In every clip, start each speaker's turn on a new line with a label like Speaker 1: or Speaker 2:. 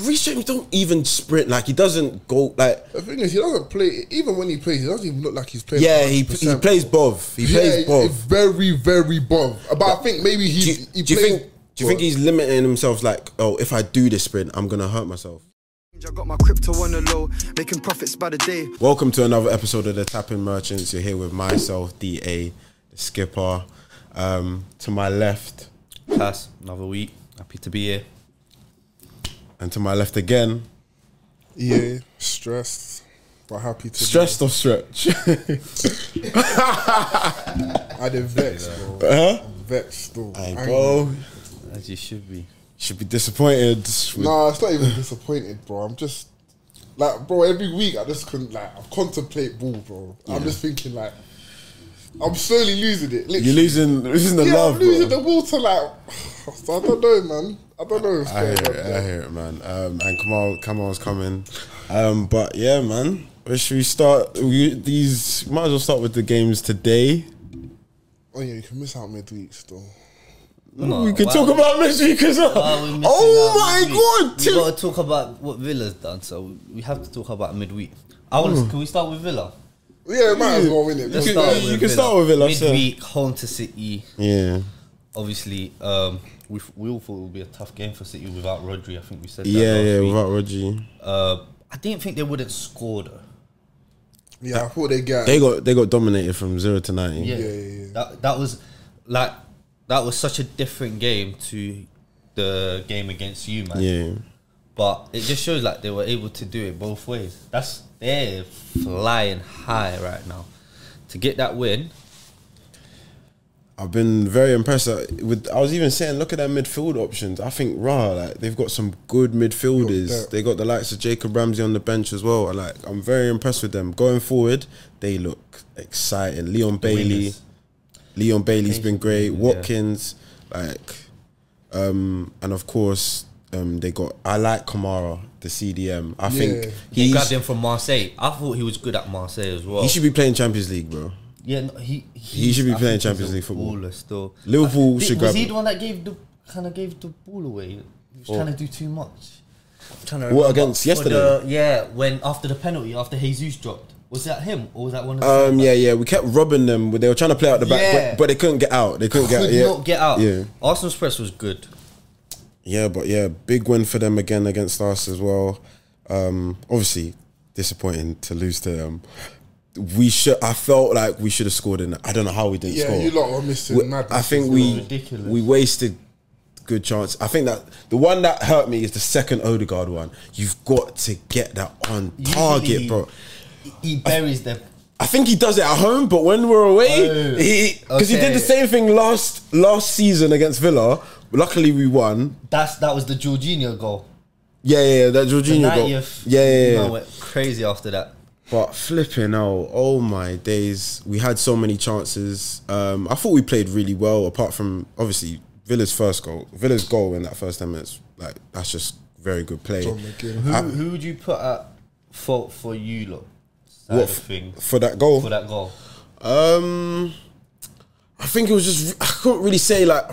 Speaker 1: Reece James don't even sprint. Like he doesn't go like.
Speaker 2: The thing is, he doesn't play. Even when he plays, he doesn't even look like he's playing.
Speaker 1: Yeah, he, he
Speaker 2: 100%.
Speaker 1: plays both. He
Speaker 2: Yeah,
Speaker 1: plays
Speaker 2: he-
Speaker 1: both.
Speaker 2: he's Very, very both. But I think maybe
Speaker 1: do
Speaker 2: he.
Speaker 1: you,
Speaker 2: he
Speaker 1: do you
Speaker 2: plays-
Speaker 1: think? Do you think he's limiting himself? Like, oh, if I do this sprint, I'm gonna hurt myself.
Speaker 3: I got my crypto on the low, making profits by the day.
Speaker 1: Welcome to another episode of the Tapping Merchants. You're here with myself, Da, the skipper. Um, to my left,
Speaker 4: Pass another week. Happy to be here.
Speaker 1: and to my left again.
Speaker 2: Yeah, stressed, but happy to. Stress.
Speaker 1: Stressed or stretch? Uh-huh.
Speaker 2: I did vex, bro.
Speaker 1: huh?
Speaker 2: Vex though.
Speaker 1: Hey,
Speaker 2: Angry.
Speaker 1: bro,
Speaker 4: As you should be.
Speaker 1: should be disappointed.
Speaker 2: Nah, it's not even disappointed, bro. I'm just like, bro. Every week, I just couldn't like. I contemplate ball, bro. I'm just thinking like, I'm slowly losing it. Literally.
Speaker 1: You're losing, losing the
Speaker 2: yeah,
Speaker 1: love.
Speaker 2: I'm losing
Speaker 1: bro.
Speaker 2: the will to like. So I don't know, man. I don't know. What's
Speaker 1: I hear
Speaker 2: going on,
Speaker 1: it, I
Speaker 2: bro.
Speaker 1: hear it, man. Um, and Kamal, Kamal's coming. Um, but yeah, man. Where should we start? We, these might as well start with the games today.
Speaker 2: Oh yeah, you can miss out midweeks though.
Speaker 4: Oh,
Speaker 1: we could talk about this because oh my god,
Speaker 4: We
Speaker 1: Tim-
Speaker 4: got to talk about what Villa's done, so we have to talk about midweek. I want. to Can we start with Villa?
Speaker 2: Yeah, it might as well win it.
Speaker 4: Let's
Speaker 1: Hmm. You can- you
Speaker 2: bro.
Speaker 4: start with
Speaker 1: can
Speaker 4: Villa.
Speaker 1: start with Villa, sir.
Speaker 4: Midweek, home to City.
Speaker 1: yeah,
Speaker 4: Obviously, um, we f- we all thought it would be a tough game for City without Rodri. I think we said that
Speaker 1: yeah,
Speaker 4: last
Speaker 1: yeah.
Speaker 4: week.
Speaker 1: Without Roger,
Speaker 4: Uh, I didn't think they wouldn't score though.
Speaker 2: Yeah, I thought they got.
Speaker 1: they got they got dominated from zero to ninety.
Speaker 4: Yeah.
Speaker 2: Yeah, yeah, yeah.
Speaker 4: That that was like that was such a different game to the game against you, man.
Speaker 1: yeah.
Speaker 4: But it just shows like they were able to do it both ways. That's they're flying high right now. To get that win,
Speaker 1: I've been very impressed uh, with. I was even saying, look at their midfield options. I think rah, like they've got some good midfielders.
Speaker 2: Got that.
Speaker 1: they got the likes of Jacob Ramsey on the bench as well. And, Like I'm very impressed with them going forward. They look exciting. Leon Bailey,
Speaker 4: winners.
Speaker 1: Leon Bailey's been great.
Speaker 4: Yeah.
Speaker 1: Watkins, like, um, and of course, um, they got. I like Kamara, the CDM. I
Speaker 2: Yeah.
Speaker 1: think
Speaker 4: he
Speaker 1: he's,
Speaker 4: grabbed him from Marseille. I thought he was good at Marseille as well.
Speaker 1: he should be playing Champions League, bro.
Speaker 4: yeah, no, he,
Speaker 1: He should be
Speaker 4: I
Speaker 1: playing
Speaker 4: think he's
Speaker 1: Champions
Speaker 4: a
Speaker 1: League football.
Speaker 4: baller Still,
Speaker 1: Liverpool should
Speaker 4: was
Speaker 1: grab
Speaker 4: he
Speaker 1: him. Oh.
Speaker 4: the one that gave the kind of gave the ball away? He was trying to do too much. I'm trying to
Speaker 1: What,
Speaker 4: remember.
Speaker 1: against
Speaker 4: For
Speaker 1: yesterday?
Speaker 4: the- yeah, when after the penalty, after Jesus dropped, was that him or was that one of the
Speaker 1: Um, yeah, yeah. We kept robbing them. They were trying to play out the back,
Speaker 4: Yeah.
Speaker 1: but, but they couldn't get out. They couldn't get out.
Speaker 4: could
Speaker 1: Yeah.
Speaker 4: not get out?
Speaker 1: Yeah,
Speaker 4: Arsenal's press was good.
Speaker 1: yeah, but yeah, big win for them again against us as well. Um, obviously disappointing to lose to them. We should. I felt like we should have scored in. I don't know how we didn't
Speaker 2: yeah,
Speaker 1: score.
Speaker 2: you lot were missing.
Speaker 1: We-
Speaker 2: madness
Speaker 1: I think
Speaker 2: as
Speaker 1: we
Speaker 2: well.
Speaker 4: ridiculous.
Speaker 1: we wasted good chance. I think that the one that hurt me is the second Odegaard one. You've got to get that on target,
Speaker 4: Usually,
Speaker 1: bro.
Speaker 4: He buries them.
Speaker 1: I think he does it at home, but when we're away,
Speaker 4: Oh,
Speaker 1: he because he
Speaker 4: okay.
Speaker 1: did the same thing last last season against Villa. Luckily, we won.
Speaker 4: That's that was the Jorginho goal.
Speaker 1: Yeah, yeah, yeah that
Speaker 4: The
Speaker 1: Jorginho goal. Yeah,
Speaker 4: 90th,
Speaker 1: yeah,
Speaker 4: Man
Speaker 1: yeah.
Speaker 4: went crazy after that.
Speaker 1: But flipping out, oh my days! We had so many chances. Um, I thought we played really well, apart from obviously Villa's first goal. Villa's goal in that first ten minutes, like that's just very good play.
Speaker 2: John McGinn.
Speaker 1: Ah.
Speaker 4: Who, who would you put at fault for you lot? Side
Speaker 1: What
Speaker 4: of things
Speaker 1: for that goal?
Speaker 4: for that goal?
Speaker 1: Um, I think it was just I couldn't really say like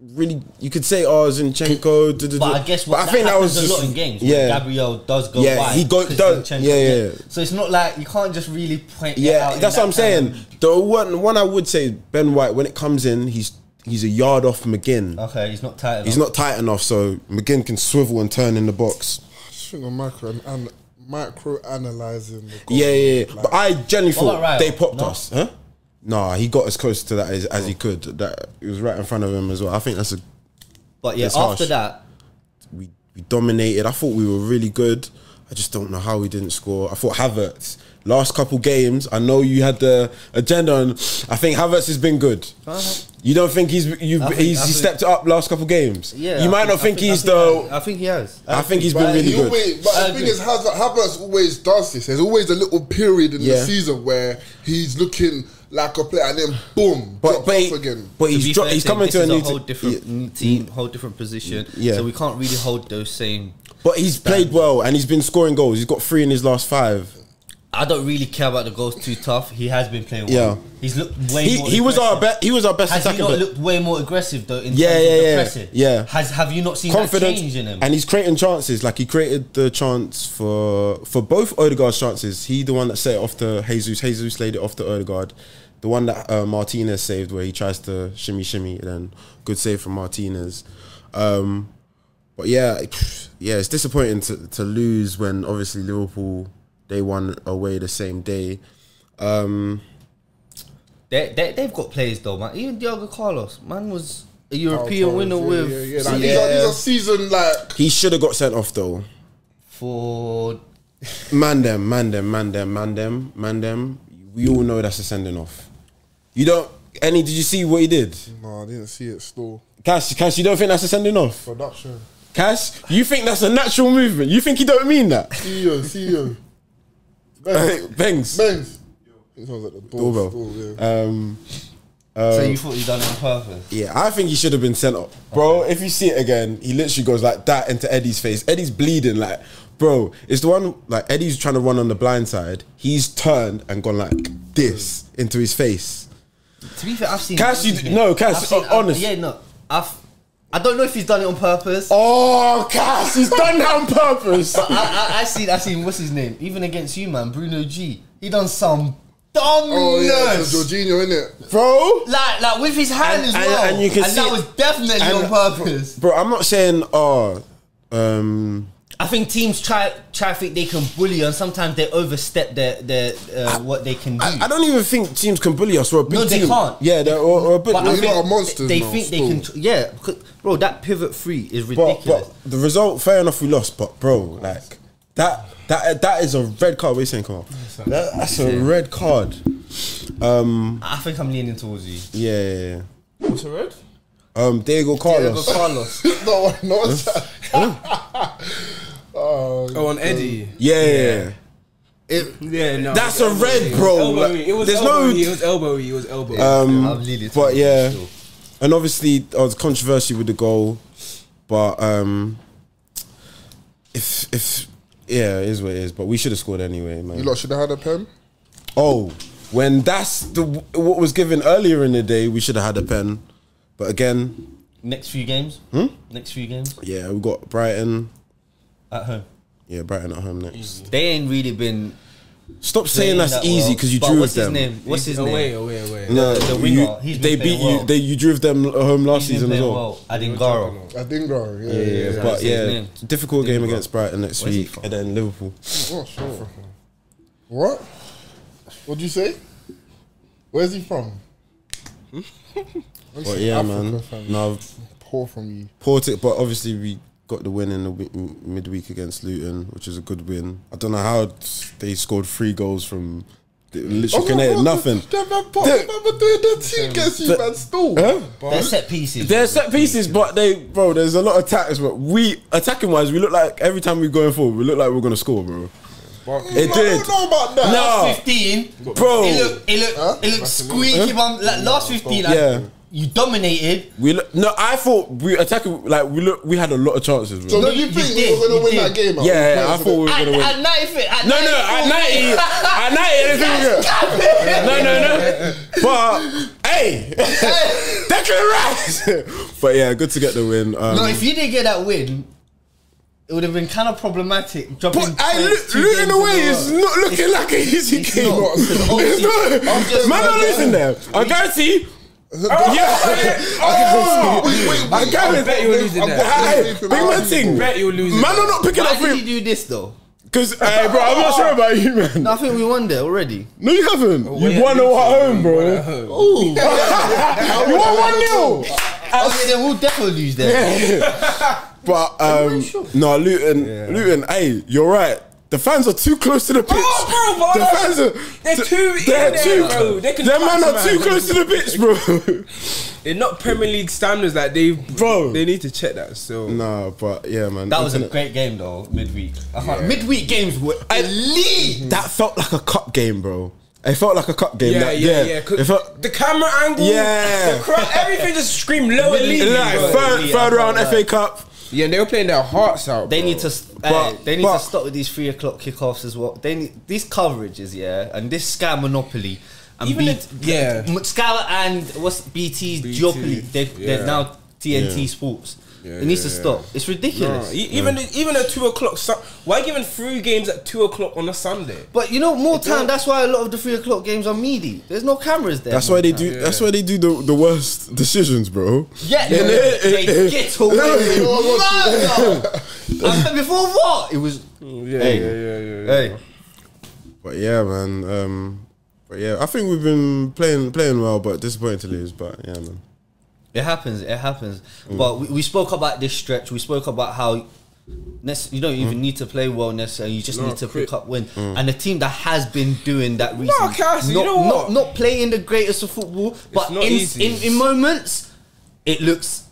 Speaker 1: really. You could say oh Zinchenko. duh, duh,
Speaker 4: But
Speaker 1: duh.
Speaker 4: I guess what
Speaker 1: But
Speaker 4: that happens a lot in games. Yeah,
Speaker 1: Yeah,
Speaker 4: Gabriel does go
Speaker 1: Yeah,
Speaker 4: wide.
Speaker 1: he go-
Speaker 4: because
Speaker 1: does-
Speaker 4: Zinchenko-
Speaker 1: yeah, yeah, yeah.
Speaker 4: So it's not like you can't just really point. it out
Speaker 1: yeah.
Speaker 4: in
Speaker 1: That's
Speaker 4: that
Speaker 1: what I'm saying.
Speaker 4: kind of-
Speaker 1: The one one I would say Ben White when it comes in, he's he's a yard off McGinn.
Speaker 4: Okay, he's not tight. Enough.
Speaker 1: He's not tight enough, so McGinn can swivel and turn in the box.
Speaker 2: Just think of micro and micro analyzing. The goal.
Speaker 1: Yeah, yeah. yeah.
Speaker 2: Like,
Speaker 1: but I generally
Speaker 4: What
Speaker 1: thought
Speaker 4: about Raya?
Speaker 1: they popped
Speaker 4: No.
Speaker 1: us, huh? Nah, he got as close to that as, as he could. That it was right in front of him as well. I think that's a
Speaker 4: But yeah,
Speaker 1: It's
Speaker 4: after
Speaker 1: harsh.
Speaker 4: that,
Speaker 1: we, we dominated. I thought we were really good. I just don't know how we didn't score. I thought Havertz last couple games. I know you had the agenda, and I think Havertz has been good. You don't think he's you
Speaker 4: Uh-huh. I think-
Speaker 1: he's
Speaker 4: I
Speaker 1: he
Speaker 4: think-
Speaker 1: stepped up last couple games.
Speaker 4: yeah,
Speaker 1: you
Speaker 4: I
Speaker 1: might not think,
Speaker 4: I
Speaker 1: he's
Speaker 4: I
Speaker 1: the.
Speaker 4: think- I think he has.
Speaker 1: I think he's been
Speaker 4: But
Speaker 1: really
Speaker 2: he
Speaker 1: good.
Speaker 2: always, but
Speaker 4: I
Speaker 2: the thing
Speaker 4: agree.
Speaker 2: is, Hazard, Havertz always does this. There's always a little period in
Speaker 1: Yeah.
Speaker 2: the season where he's looking like a player, and then boom,
Speaker 1: But
Speaker 2: drops
Speaker 1: but,
Speaker 2: off again.
Speaker 1: but
Speaker 4: To be
Speaker 1: he's dro-
Speaker 4: fair
Speaker 1: he's
Speaker 4: to
Speaker 1: coming
Speaker 4: him,
Speaker 1: to a
Speaker 4: this
Speaker 1: new
Speaker 4: is whole
Speaker 1: t-
Speaker 4: different team, whole different position.
Speaker 1: mm. Yeah.
Speaker 4: So we can't really hold those same.
Speaker 1: But he's played well and he's been scoring goals. He's got three in his last five.
Speaker 4: I don't really care about the goals too tough. He has been playing well.
Speaker 1: Yeah.
Speaker 4: He's looked way
Speaker 1: He,
Speaker 4: more
Speaker 1: he was our
Speaker 4: aggressive.
Speaker 1: best. He was our best
Speaker 4: Has he
Speaker 1: attacking
Speaker 4: not
Speaker 1: player.
Speaker 4: looked way more aggressive though in
Speaker 1: Yeah,
Speaker 4: terms
Speaker 1: yeah,
Speaker 4: of the
Speaker 1: yeah,
Speaker 4: pressing?
Speaker 1: yeah.
Speaker 4: Has have you not seen that change
Speaker 1: Confidence,
Speaker 4: in him?
Speaker 1: and he's creating chances. Like he created the chance for for both Odegaard's chances. He the one that set it off to Jesus. Jesus laid it off to Odegaard. The one that uh, Martinez saved, where he tries to shimmy shimmy, and then good save from Martinez. Um, but yeah, it- yeah, it's disappointing to, to lose when obviously Liverpool they won away the same day.
Speaker 4: they, they, they've got players though, man. Even Diogo Carlos, man, was a European
Speaker 2: Carlos,
Speaker 4: winner
Speaker 2: yeah,
Speaker 4: with
Speaker 2: Oh, yeah, yeah. Like,
Speaker 1: Yeah.
Speaker 2: These, are, these are seasoned like
Speaker 1: He should have got sent off though.
Speaker 4: for
Speaker 1: Man them, man them, man them, man them, man them. We all know that's a sending off. You don't. Any? Did you see what he did?
Speaker 2: no, I didn't see it still.
Speaker 1: Cash, Cash, you don't think that's a sending off?
Speaker 2: Production.
Speaker 1: Cash, you think that's a natural movement? You think he don't mean that?
Speaker 2: CEO, CEO. Benz.
Speaker 1: Bangs.
Speaker 2: E Benz. He sounds like the door.
Speaker 1: Doorbell.
Speaker 2: still, Oh, yeah.
Speaker 1: Um,
Speaker 4: so you thought you done it on purpose.
Speaker 1: yeah, I think he should have been sent off, bro. If you see it again, he literally goes like that into Eddie's face. Eddie's bleeding, like, bro. It's the one like Eddie's trying to run on the blind side. He's turned and gone like this into his face.
Speaker 4: To be fair, I've seen
Speaker 1: Cass, you- no, Cass,
Speaker 4: I've seen-
Speaker 1: uh, honest.
Speaker 4: Yeah, no, I've. I don't know if he's done it on purpose.
Speaker 1: Oh, Cash, he's done that on purpose.
Speaker 4: I, I, I seen, I seen. What's his name? Even against you, man, Bruno G. He done some dumbness.
Speaker 2: Oh yeah, it's Jorginho, innit?
Speaker 1: bro.
Speaker 4: like, like with his hand
Speaker 1: And-
Speaker 4: as
Speaker 1: and-
Speaker 4: well.
Speaker 1: and you can see-
Speaker 4: that was definitely
Speaker 1: and-
Speaker 4: on purpose.
Speaker 1: Bro, I'm not saying oh, um,
Speaker 4: I think teams try try think they can bully and sometimes they overstep their their uh, what they can do.
Speaker 1: I, I don't even think teams can bully us. We're a big
Speaker 4: No, they
Speaker 1: team.
Speaker 4: can't.
Speaker 1: Yeah, they're or, or a big.
Speaker 4: But
Speaker 2: We're
Speaker 4: I
Speaker 2: not
Speaker 4: think
Speaker 2: a monster,
Speaker 4: They
Speaker 2: no,
Speaker 4: think they
Speaker 2: still.
Speaker 4: can. Tr- yeah, because, bro, that pivot three is
Speaker 1: but,
Speaker 4: ridiculous.
Speaker 1: but the result, fair enough, we lost. But bro, like that that that is a red card. We're saying, come on, That- that's a red card.
Speaker 4: I think I'm leaning towards you.
Speaker 1: Yeah, yeah, yeah.
Speaker 5: What's a red?
Speaker 1: Um, Diego Carlos.
Speaker 4: Carlos.
Speaker 2: no, no, it's oh,
Speaker 5: Oh, on Eddie.
Speaker 1: Yeah, yeah, yeah.
Speaker 5: Yeah, no.
Speaker 1: That's
Speaker 5: it
Speaker 1: a
Speaker 5: was
Speaker 1: red,
Speaker 5: elbowy.
Speaker 1: bro.
Speaker 5: Elbowy.
Speaker 1: Like,
Speaker 5: It was
Speaker 1: there's no-
Speaker 5: elbowy. It was elbowy. It was elbowy.
Speaker 4: I'm leaning towards
Speaker 1: Um, But
Speaker 4: you,
Speaker 1: yeah,
Speaker 4: sure.
Speaker 1: and obviously I was controversial with the goal, but um, if if yeah, it is what it is. But we should have scored anyway, man.
Speaker 2: you lot should have had a pen.
Speaker 1: Oh, when that's the what was given earlier in the day, we should have had a pen. But again,
Speaker 4: Next few games.
Speaker 1: Hmm?
Speaker 4: Next few games
Speaker 1: yeah, we got Brighton.
Speaker 4: at home.
Speaker 1: Yeah, Brighton at home next.
Speaker 4: They ain't really been
Speaker 1: Stop saying that's
Speaker 4: that
Speaker 1: easy
Speaker 4: well.
Speaker 1: because you
Speaker 4: But
Speaker 1: drew with
Speaker 4: what's
Speaker 1: them.
Speaker 4: His name? What's his
Speaker 5: away,
Speaker 4: name?
Speaker 5: away, away.
Speaker 1: No,
Speaker 4: The- the
Speaker 1: you-
Speaker 4: winger, he's been
Speaker 1: they
Speaker 4: playing
Speaker 1: beat you.
Speaker 4: well.
Speaker 1: They you drew with them at home last
Speaker 4: He's been
Speaker 1: season as
Speaker 4: playing
Speaker 1: well.
Speaker 4: well. Adingaro.
Speaker 2: I think, bro. Yeah,
Speaker 1: Yeah,
Speaker 2: yeah, yeah.
Speaker 1: but
Speaker 4: his
Speaker 1: yeah,
Speaker 4: name.
Speaker 1: difficult game against Brighton next
Speaker 4: Where's he
Speaker 1: week,
Speaker 4: from?
Speaker 1: and then Liverpool.
Speaker 2: Oh, sure. What? What'd you say? Where's he from?
Speaker 1: But yeah, man,
Speaker 2: fam.
Speaker 1: no,
Speaker 2: Poor from you.
Speaker 1: Port it, but obviously we got the win in the wi- m- midweek against Luton, which is a good win. I don't know how they scored three goals from they
Speaker 4: Oh,
Speaker 1: literally
Speaker 2: Oh,
Speaker 1: connected nothing.
Speaker 2: Them man, Pop, remember doing the team gets you, man. Still,
Speaker 1: Huh?
Speaker 4: They're set pieces.
Speaker 1: They're set pieces, but they, bro, there's a lot of attacks. But we, attacking wise, we look like every time we're going forward, we look like we're gonna score, bro. It
Speaker 2: No,
Speaker 1: did.
Speaker 2: I don't know about that.
Speaker 1: No.
Speaker 4: fifteen.
Speaker 1: Bro.
Speaker 4: It looked it looked
Speaker 2: Huh?
Speaker 4: it looked squeaky bum. Like last fifteen, like,
Speaker 1: Yeah.
Speaker 4: you dominated.
Speaker 1: We look, no, I thought we attacking like we look, we had a lot of chances,
Speaker 2: So
Speaker 1: bro.
Speaker 4: No,
Speaker 2: did you
Speaker 4: you
Speaker 2: think
Speaker 4: did,
Speaker 2: we were gonna
Speaker 4: you
Speaker 2: win
Speaker 4: did.
Speaker 2: that game? man?
Speaker 1: Yeah, yeah,
Speaker 2: No,
Speaker 1: I thought we were
Speaker 4: At,
Speaker 1: gonna win.
Speaker 4: at ninety, at
Speaker 1: No, no, at 90, at 90, anything. No, no, no. But hey, Declan Rice. But yeah, good to get the win. Um,
Speaker 4: No, if you didn't get that win, it would have been kind of problematic. Dropping
Speaker 1: But I look,
Speaker 4: points two
Speaker 1: looking
Speaker 4: games in a
Speaker 1: away
Speaker 4: row.
Speaker 1: is not looking like an easy
Speaker 4: It's
Speaker 1: game.
Speaker 4: not, 'cause obviously-
Speaker 1: it's
Speaker 4: I'm
Speaker 1: not.
Speaker 4: just-
Speaker 1: Man, I'm
Speaker 4: I'm
Speaker 1: losing there. I guarantee. Yeah.
Speaker 2: Oh,
Speaker 1: Oh.
Speaker 2: wait, wait,
Speaker 1: I
Speaker 2: wait.
Speaker 1: guarantee.
Speaker 5: I bet you were losing
Speaker 2: I'm-
Speaker 5: that.
Speaker 2: I'm-
Speaker 1: Hey, big man thing.
Speaker 5: bet you were losing
Speaker 1: Man,
Speaker 5: that.
Speaker 1: I'm not picking
Speaker 4: Why
Speaker 1: up
Speaker 4: did
Speaker 1: three.
Speaker 4: you do this though?
Speaker 1: Because, hey, bro, I'm not sure about you, man.
Speaker 4: No, I think we won there already.
Speaker 1: No, you haven't. You
Speaker 5: yeah,
Speaker 1: won
Speaker 5: you
Speaker 1: all
Speaker 5: too.
Speaker 1: at home, bro.
Speaker 5: At home.
Speaker 4: Ooh,
Speaker 1: You won one 0
Speaker 4: okay, then we'll definitely lose there.
Speaker 1: But um, no, Luton, Luton. Hey, you're right. The fans are too close to the pitch.
Speaker 5: Oh, bro,
Speaker 1: the
Speaker 5: bro.
Speaker 1: fans are
Speaker 5: They're
Speaker 1: th-
Speaker 5: too in
Speaker 1: They're
Speaker 5: there,
Speaker 1: too.
Speaker 5: bro. They can
Speaker 1: their man
Speaker 5: touch
Speaker 1: are too
Speaker 5: man.
Speaker 1: close to the pitch, bro.
Speaker 5: They're not Premier League standards. Like they,
Speaker 1: Bro.
Speaker 5: they need to check that. So
Speaker 1: nah, but yeah, man.
Speaker 4: That was a
Speaker 1: Isn't it-
Speaker 4: great game though, midweek. I can't- Midweek games were elite.
Speaker 1: That felt like a cup game, bro. It felt like a cup game.
Speaker 5: yeah,
Speaker 1: that-
Speaker 5: yeah, yeah.
Speaker 1: It
Speaker 5: 'Cause
Speaker 1: felt.
Speaker 5: the camera angle,
Speaker 1: Yeah.
Speaker 5: the crowd, everything just screamed lower league.
Speaker 1: Like
Speaker 5: bro.
Speaker 1: third,
Speaker 4: yeah,
Speaker 1: third round
Speaker 4: yeah.
Speaker 1: FA Cup.
Speaker 5: Yeah, and they were playing their hearts out.
Speaker 4: They
Speaker 5: bro.
Speaker 4: need to. s- eh,
Speaker 1: But-
Speaker 4: they need
Speaker 1: but-
Speaker 4: to stop with these three o'clock kickoffs as well. They need these coverages, yeah, and this scam monopoly. And
Speaker 5: Even
Speaker 4: B-
Speaker 5: if- yeah.
Speaker 4: M- Scam and what's BT's
Speaker 5: BT,
Speaker 4: duopoly? They're,
Speaker 5: yeah.
Speaker 4: they're now TNT Sports.
Speaker 5: Yeah,
Speaker 4: it needs
Speaker 5: yeah,
Speaker 4: to stop. It's
Speaker 5: No,
Speaker 4: ridiculous.
Speaker 5: e- even even at two o'clock. Su- why giving three games at two o'clock on a Sunday?
Speaker 4: But you know, more time.
Speaker 5: don't-
Speaker 4: That's why a lot of the three o'clock games are meaty. There's no cameras there.
Speaker 1: That's why they do. That's why they do the, the worst decisions, bro.
Speaker 4: Yeah, they,
Speaker 1: Innit?
Speaker 4: they get away with murder. And Before what? It was.
Speaker 5: Yeah, yeah,
Speaker 4: Hey,
Speaker 1: But yeah, man. Um, but yeah, I think we've been playing playing well, but disappointed to lose. But yeah, man.
Speaker 4: it happens. It happens.
Speaker 5: Mm.
Speaker 4: But we, we spoke about this stretch. We spoke about how. nec- You don't even need to play well necessarily. You just
Speaker 5: Mm. No, Mm.
Speaker 4: need to
Speaker 5: quick.
Speaker 4: pick up win. And the team that has been doing that recently,
Speaker 5: Cass, you
Speaker 4: not,
Speaker 5: know what?
Speaker 4: not not playing the greatest of football, but
Speaker 5: not
Speaker 4: in,
Speaker 5: easy.
Speaker 4: in in moments, it looks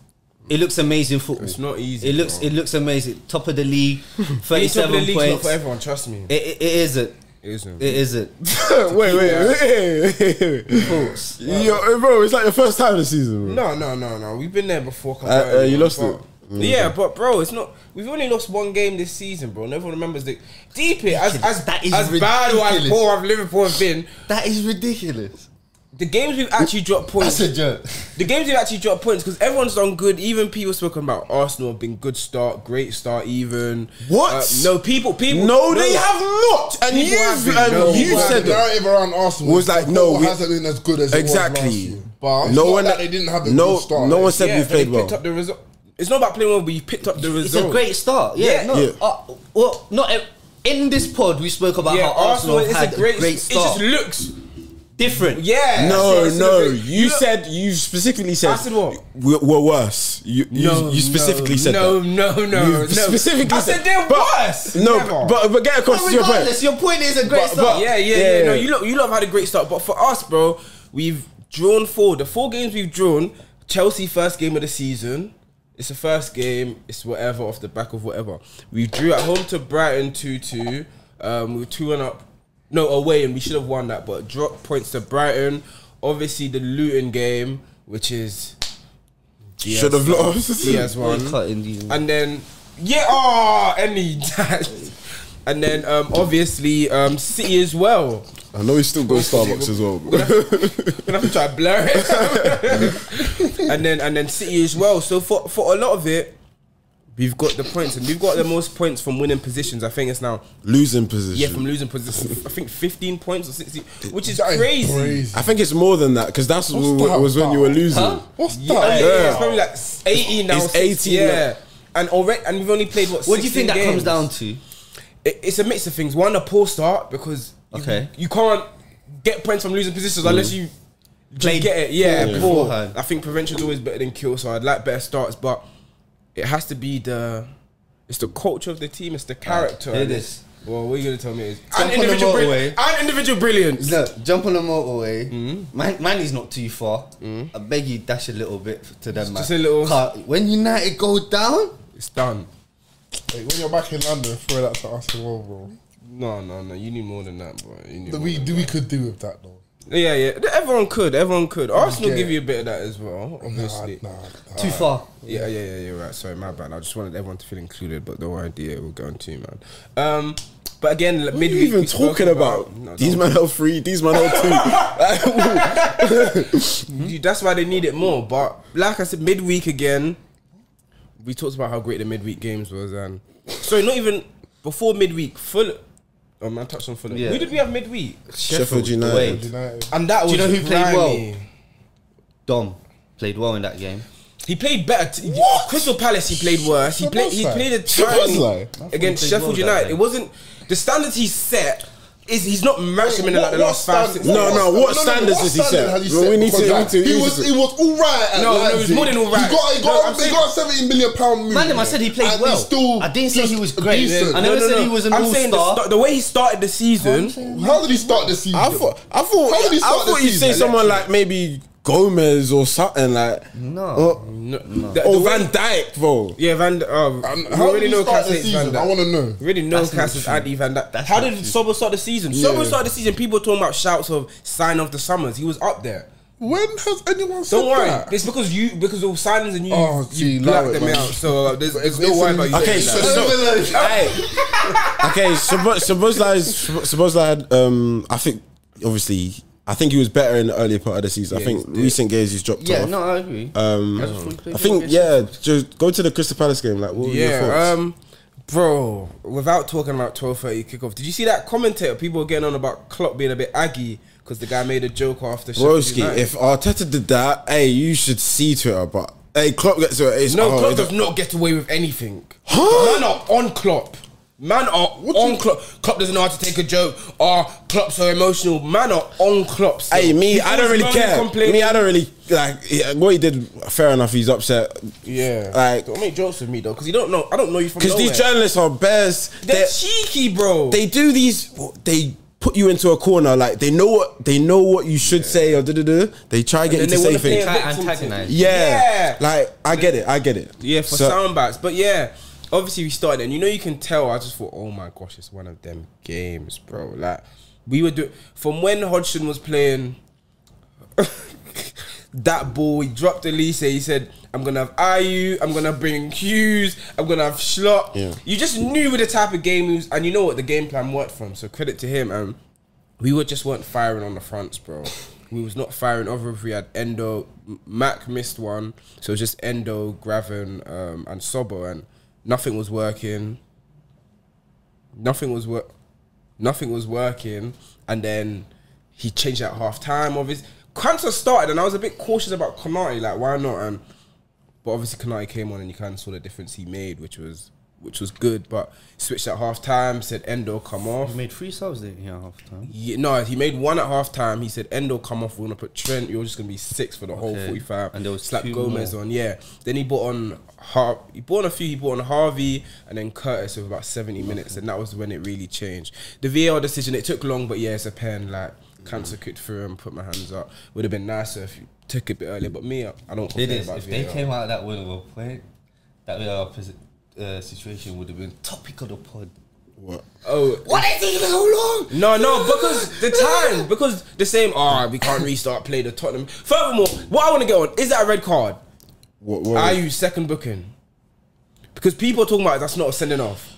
Speaker 4: it looks amazing football.
Speaker 5: It's not easy,
Speaker 4: It looks
Speaker 5: bro.
Speaker 4: it looks amazing. Top of the league,
Speaker 5: Being top of the
Speaker 4: thirty-seven
Speaker 5: league's not
Speaker 4: points.
Speaker 5: for everyone. Trust me.
Speaker 4: It, it, it isn't.
Speaker 5: It isn't.
Speaker 4: It isn't.
Speaker 1: wait, wait, wait,
Speaker 4: Thoughts?
Speaker 1: Yo, bro, it's like your first time this season, bro.
Speaker 5: No, no, no, no. We've been there before. come
Speaker 1: Uh,
Speaker 5: on,
Speaker 1: uh, you
Speaker 5: bro.
Speaker 1: lost it.
Speaker 5: But- Yeah, but bro, it's not. We've only lost one game this season, bro. and everyone remembers the deep it as as
Speaker 4: That is
Speaker 5: as bad or as
Speaker 4: ridiculous.
Speaker 5: poor as Liverpool have been.
Speaker 4: That is ridiculous.
Speaker 5: The games we've actually dropped points.
Speaker 4: joke.
Speaker 5: The games we've actually dropped points because everyone's done good. Even people spoken about Arsenal have been good start, great start. Even Uh,
Speaker 1: What?
Speaker 5: no, people, people.
Speaker 1: No, they have not. And
Speaker 5: People
Speaker 1: you've-
Speaker 5: have been-
Speaker 1: and
Speaker 5: no,
Speaker 1: you
Speaker 5: people have
Speaker 1: said
Speaker 5: been-
Speaker 2: the narrative around Arsenal
Speaker 1: Was like,
Speaker 2: the
Speaker 1: no,
Speaker 2: football
Speaker 1: we-
Speaker 2: hasn't been as good as It was last
Speaker 1: Exactly.
Speaker 2: year. But it's
Speaker 1: no
Speaker 2: not
Speaker 1: one
Speaker 2: that they didn't have a
Speaker 1: no,
Speaker 2: good start.
Speaker 1: No one said we
Speaker 5: but
Speaker 1: played
Speaker 5: they
Speaker 1: well.
Speaker 5: Picked up the result. It's not about playing well, but you picked up the result.
Speaker 4: It's a great start. Yeah.
Speaker 5: Yeah.
Speaker 4: No,
Speaker 1: Yeah.
Speaker 4: Uh, well, not ev- in this pod. We spoke about
Speaker 5: Yeah,
Speaker 4: how Arsenal,
Speaker 5: Arsenal. It's
Speaker 4: had
Speaker 5: a great.
Speaker 4: great
Speaker 5: It just
Speaker 4: start.
Speaker 5: looks.
Speaker 4: Different.
Speaker 1: no,
Speaker 5: Yeah. that's what I said,
Speaker 1: no.
Speaker 5: but
Speaker 1: You,
Speaker 5: look-
Speaker 1: said you specifically said.
Speaker 5: I said what?
Speaker 1: We're, we're worse. You you, you specifically
Speaker 5: no,
Speaker 1: said
Speaker 5: no,
Speaker 1: that.
Speaker 5: No, no,
Speaker 1: You
Speaker 5: no.
Speaker 1: specifically
Speaker 5: I said they're
Speaker 1: but,
Speaker 5: worse.
Speaker 1: No,
Speaker 5: Never.
Speaker 1: but but get across
Speaker 4: But
Speaker 1: to your point.
Speaker 4: regardless, your point is a great
Speaker 1: But-
Speaker 4: start.
Speaker 1: but-
Speaker 5: yeah, yeah,
Speaker 1: Yeah,
Speaker 5: yeah, No,
Speaker 1: yeah.
Speaker 5: you look, you lot have had a great start, but for us, bro, we've drawn four. The four games we've drawn, Chelsea first game of the season. It's the first game. It's whatever off the back of whatever. We drew at home to Brighton two two. Um, we were two and up. No, away, and we should have won that, but dropped points to Brighton. Obviously, the Luton game, which is
Speaker 1: Should have lost.
Speaker 5: CS
Speaker 1: Mm.
Speaker 5: one.
Speaker 4: Cut in these-
Speaker 5: And then yeah, oh, any that. And then um, obviously um, City as well.
Speaker 1: I know he still goes Starbucks as well. bro.
Speaker 5: Gonna have to try to blur it. and then and then City as well. So for for a lot of it, we've got the points and we've got the most points from winning positions. I think it's now
Speaker 1: Losing position.
Speaker 5: yeah from losing position. I think fifteen points or sixteen, which is
Speaker 2: That is
Speaker 5: crazy.
Speaker 1: I think it's more than that because that's what
Speaker 2: What's that
Speaker 1: was when you were
Speaker 2: about?
Speaker 1: losing.
Speaker 4: Huh?
Speaker 2: What's that?
Speaker 5: Yeah, yeah,
Speaker 1: Yeah.
Speaker 5: it's probably like eighteen now.
Speaker 1: It's
Speaker 5: 16,
Speaker 1: 18 now.
Speaker 5: yeah. And already, and we've only played what?
Speaker 4: What do you
Speaker 5: 16
Speaker 4: think that comes
Speaker 5: games.
Speaker 4: down to?
Speaker 5: it, it's a mix of things. One, a poor start because you-
Speaker 4: Okay. Mm.
Speaker 5: you, can't get points from losing positions unless you play
Speaker 4: Played
Speaker 5: get it. Yeah,
Speaker 4: poor
Speaker 5: poor.
Speaker 4: beforehand.
Speaker 5: I think prevention's always better than cure, so I'd like better starts, but it has to be the it's the culture of the team, it's the character.
Speaker 4: hear
Speaker 5: and
Speaker 4: this.
Speaker 5: it's- Well, what are you gonna tell me? Is
Speaker 4: Jump
Speaker 5: and
Speaker 4: on the
Speaker 5: individual, brill-
Speaker 4: motorway.
Speaker 5: and individual brilliance.
Speaker 4: Look, jump on the motorway. Man, Manny's not too far. I beg you, dash a little bit to them, man.
Speaker 5: Just a little-
Speaker 4: Car- When United go down,
Speaker 5: It's done.
Speaker 2: Hey, when you're back in London, throw that to us as well, bro.
Speaker 5: No, no, no. You need more than that, bro. You need
Speaker 2: That
Speaker 5: more
Speaker 2: we
Speaker 5: than
Speaker 2: do we could do with that though.
Speaker 5: that. Yeah, yeah. Everyone could. Everyone could. Arsenal
Speaker 2: Yeah.
Speaker 5: give you a bit of that as well, obviously.
Speaker 2: Nah, nah, nah.
Speaker 4: too far.
Speaker 5: Yeah, yeah, yeah, you're right. Sorry, my bad. I just wanted everyone to feel included, but no idea we're going to, man. Um, but again, like,
Speaker 1: What are
Speaker 5: midweek
Speaker 1: you even
Speaker 5: we spoke
Speaker 1: talking about?
Speaker 5: No,
Speaker 1: these
Speaker 5: don't-
Speaker 1: man held three, these man held two.
Speaker 5: you- that's why they need it more. But like I said, midweek again, we talked about how great the midweek games was, and so not even before midweek, full. Oh man, I touched on Fulham.
Speaker 4: Yeah.
Speaker 5: Who did we have midweek?
Speaker 1: Sheffield United.
Speaker 4: away.
Speaker 2: United.
Speaker 5: And that
Speaker 4: Do
Speaker 5: was
Speaker 4: you know who played well?
Speaker 5: grimy.
Speaker 4: Dom played well in that game.
Speaker 5: He played better. T- Crystal Palace, he played worse. He played. He
Speaker 2: Szoboszlai.
Speaker 5: played a
Speaker 2: Szoboszlai.
Speaker 5: try against
Speaker 4: played
Speaker 5: Sheffield
Speaker 4: well that
Speaker 5: United.
Speaker 4: day.
Speaker 5: It wasn't the standards he set. Is he's not matching them in like the last five. Six
Speaker 1: No,
Speaker 5: months.
Speaker 1: no, what standards
Speaker 2: has
Speaker 1: is he set?
Speaker 2: has
Speaker 1: Well, we need to-
Speaker 2: Because,
Speaker 1: we
Speaker 2: like,
Speaker 1: need to-
Speaker 2: He
Speaker 1: we
Speaker 2: was,
Speaker 1: need
Speaker 2: he
Speaker 1: to-
Speaker 2: was all right. At
Speaker 5: No, no, he was
Speaker 2: Leipzig.
Speaker 5: more than all right.
Speaker 2: He got, he
Speaker 5: No,
Speaker 2: got,
Speaker 5: I'm
Speaker 2: he
Speaker 5: saying-
Speaker 2: got a seventy million pound move.
Speaker 4: Man, I said he played
Speaker 2: and
Speaker 4: well.
Speaker 2: He's still
Speaker 4: I didn't say he
Speaker 2: just
Speaker 4: was great.
Speaker 2: decent.
Speaker 4: I never said he was an
Speaker 5: I'm saying the
Speaker 4: all-star.
Speaker 5: sta- The, way he started the season.
Speaker 2: How did he start the season?
Speaker 1: I thought, I thought,
Speaker 2: How did he
Speaker 1: I
Speaker 2: start the
Speaker 1: thought you'd
Speaker 2: season?
Speaker 1: say someone like maybe Gomez or something like, Oh,
Speaker 4: No.
Speaker 1: or,
Speaker 5: No, the- the
Speaker 1: or
Speaker 5: way-
Speaker 1: Van Dyke, bro.
Speaker 5: Oh, Yeah, Van.
Speaker 2: And
Speaker 5: Um, we
Speaker 2: How did
Speaker 5: already
Speaker 2: he
Speaker 5: know
Speaker 2: start
Speaker 5: Cass
Speaker 2: the
Speaker 5: hates Van
Speaker 2: season? I
Speaker 5: Dijk.
Speaker 2: want to know.
Speaker 5: We Already know
Speaker 4: That's not
Speaker 5: Cass is
Speaker 4: true.
Speaker 5: Andy Van Dyke.
Speaker 4: That's
Speaker 5: How
Speaker 4: not
Speaker 5: did
Speaker 4: true.
Speaker 5: Sobo start the season? Sobo started the season. People were talking about shouts of sign of the summers. He was up there.
Speaker 2: When has anyone said
Speaker 5: Don't worry.
Speaker 2: that?
Speaker 5: It's because you because of signings and you
Speaker 2: Oh, gee,
Speaker 5: you blacked
Speaker 2: love it,
Speaker 5: them
Speaker 2: man.
Speaker 5: out. So uh, there's, there's
Speaker 2: It's
Speaker 5: no worry about you.
Speaker 1: Okay, so,
Speaker 5: saying
Speaker 1: so Hey. okay, suppo- suppose that is, suppose that um, I think obviously I think he was better in the earlier part of the season. I think recent games he's dropped
Speaker 4: Yeah,
Speaker 1: off.
Speaker 4: no, I agree.
Speaker 5: that.
Speaker 1: I think yeah, just go to the Crystal Palace game. Like, what were your
Speaker 5: Yeah,
Speaker 1: thoughts?
Speaker 5: um, bro. Without talking about twelve thirty kickoff, did you see that commentator? People were getting on about Klopp being a bit aggy because the guy made a joke after. Sheffield
Speaker 1: Broski,
Speaker 5: United.
Speaker 1: if Arteta did that, hey, you should see to it. But hey, Klopp gets to it. It's,
Speaker 5: no,
Speaker 1: oh,
Speaker 5: Klopp
Speaker 1: it-
Speaker 5: does not get away with anything.
Speaker 1: Huh?
Speaker 5: Man are on Klopp. Man are on Klopp. Klopp doesn't know how to take a joke. Or Klopp's so emotional. Man are on Klopp. still.
Speaker 1: Hey, me,
Speaker 5: People
Speaker 1: I don't really
Speaker 5: moaning,
Speaker 1: care.
Speaker 5: complaining.
Speaker 1: Me, I don't really like yeah, what he did. Fair enough, he's upset.
Speaker 5: Yeah,
Speaker 1: Like-
Speaker 5: don't make jokes with me though, because you don't know. I don't know you from
Speaker 1: Because
Speaker 5: nowhere.
Speaker 1: these journalists are bears.
Speaker 5: they're
Speaker 1: They're-
Speaker 5: cheeky, bro.
Speaker 1: they do these. They put you into a corner. Like they know what they know what you should say or da da da. They try and get
Speaker 5: And
Speaker 1: you to
Speaker 5: then they
Speaker 1: say
Speaker 5: wanna play
Speaker 1: things.
Speaker 5: a victim to-
Speaker 4: Antagonise.
Speaker 1: Yeah.
Speaker 5: Yeah.
Speaker 1: like I get it. I get it.
Speaker 5: Yeah, for
Speaker 1: So-
Speaker 5: sound bites. But yeah, obviously we started, and you know you can tell. I just thought, oh my gosh, it's one of them games, bro. Like we were doing from when Hodgson was playing that ball, he dropped Elise. He said, "I'm gonna have Ayu. I'm gonna bring Hughes. I'm gonna have Schlott."
Speaker 1: Yeah.
Speaker 5: You just knew the type of game he was, and you know what the game plan worked from. So credit to him. Um, we were just weren't firing on the fronts, bro. We was not firing. Over if we had Endo, M- Mac missed one, so it was just Endo, Gravin, um, and Sobo, and nothing was working. Nothing was work. Nothing was working, and then he changed at half time. Obviously, Kanta started, and I was a bit cautious about Konate. Like, why not? And but obviously Kanai came on and you kind of saw the difference he made, which was which was good. But switched at half time, said Endo come off.
Speaker 4: He made three subs, didn't he, at half time?
Speaker 5: Yeah, no, he made one at half time. He said, Endo, come off. We're going to put Trent. You're just going to be six for the whole
Speaker 4: Okay.
Speaker 5: 45.
Speaker 4: And there was
Speaker 5: Slap
Speaker 4: two
Speaker 5: Gomez
Speaker 4: more.
Speaker 5: on, yeah. Then he bought on Har- He bought on a few. He bought on Harvey and then Curtis with about 70 minutes. And that was when it really changed. The VAR decision, it took long, but yeah, it's a pen. Like, cancer
Speaker 4: Mm.
Speaker 5: cooked through and put my hands up. Would have been nicer if you took it a bit earlier. But me, I I don't
Speaker 4: It
Speaker 5: complain
Speaker 4: is.
Speaker 5: about
Speaker 4: If they
Speaker 5: VAR.
Speaker 4: came out of that win well played, that way our opposite uh, situation would have been topic of the pod.
Speaker 5: Oh,
Speaker 4: What is taking so long?
Speaker 5: No, no, because the time, because the same. Ah, we can't restart play the Tottenham. Furthermore, what I want to get on is that a red card.
Speaker 1: What, what-
Speaker 5: Are you second booking? Because people are talking about that's not a sending off.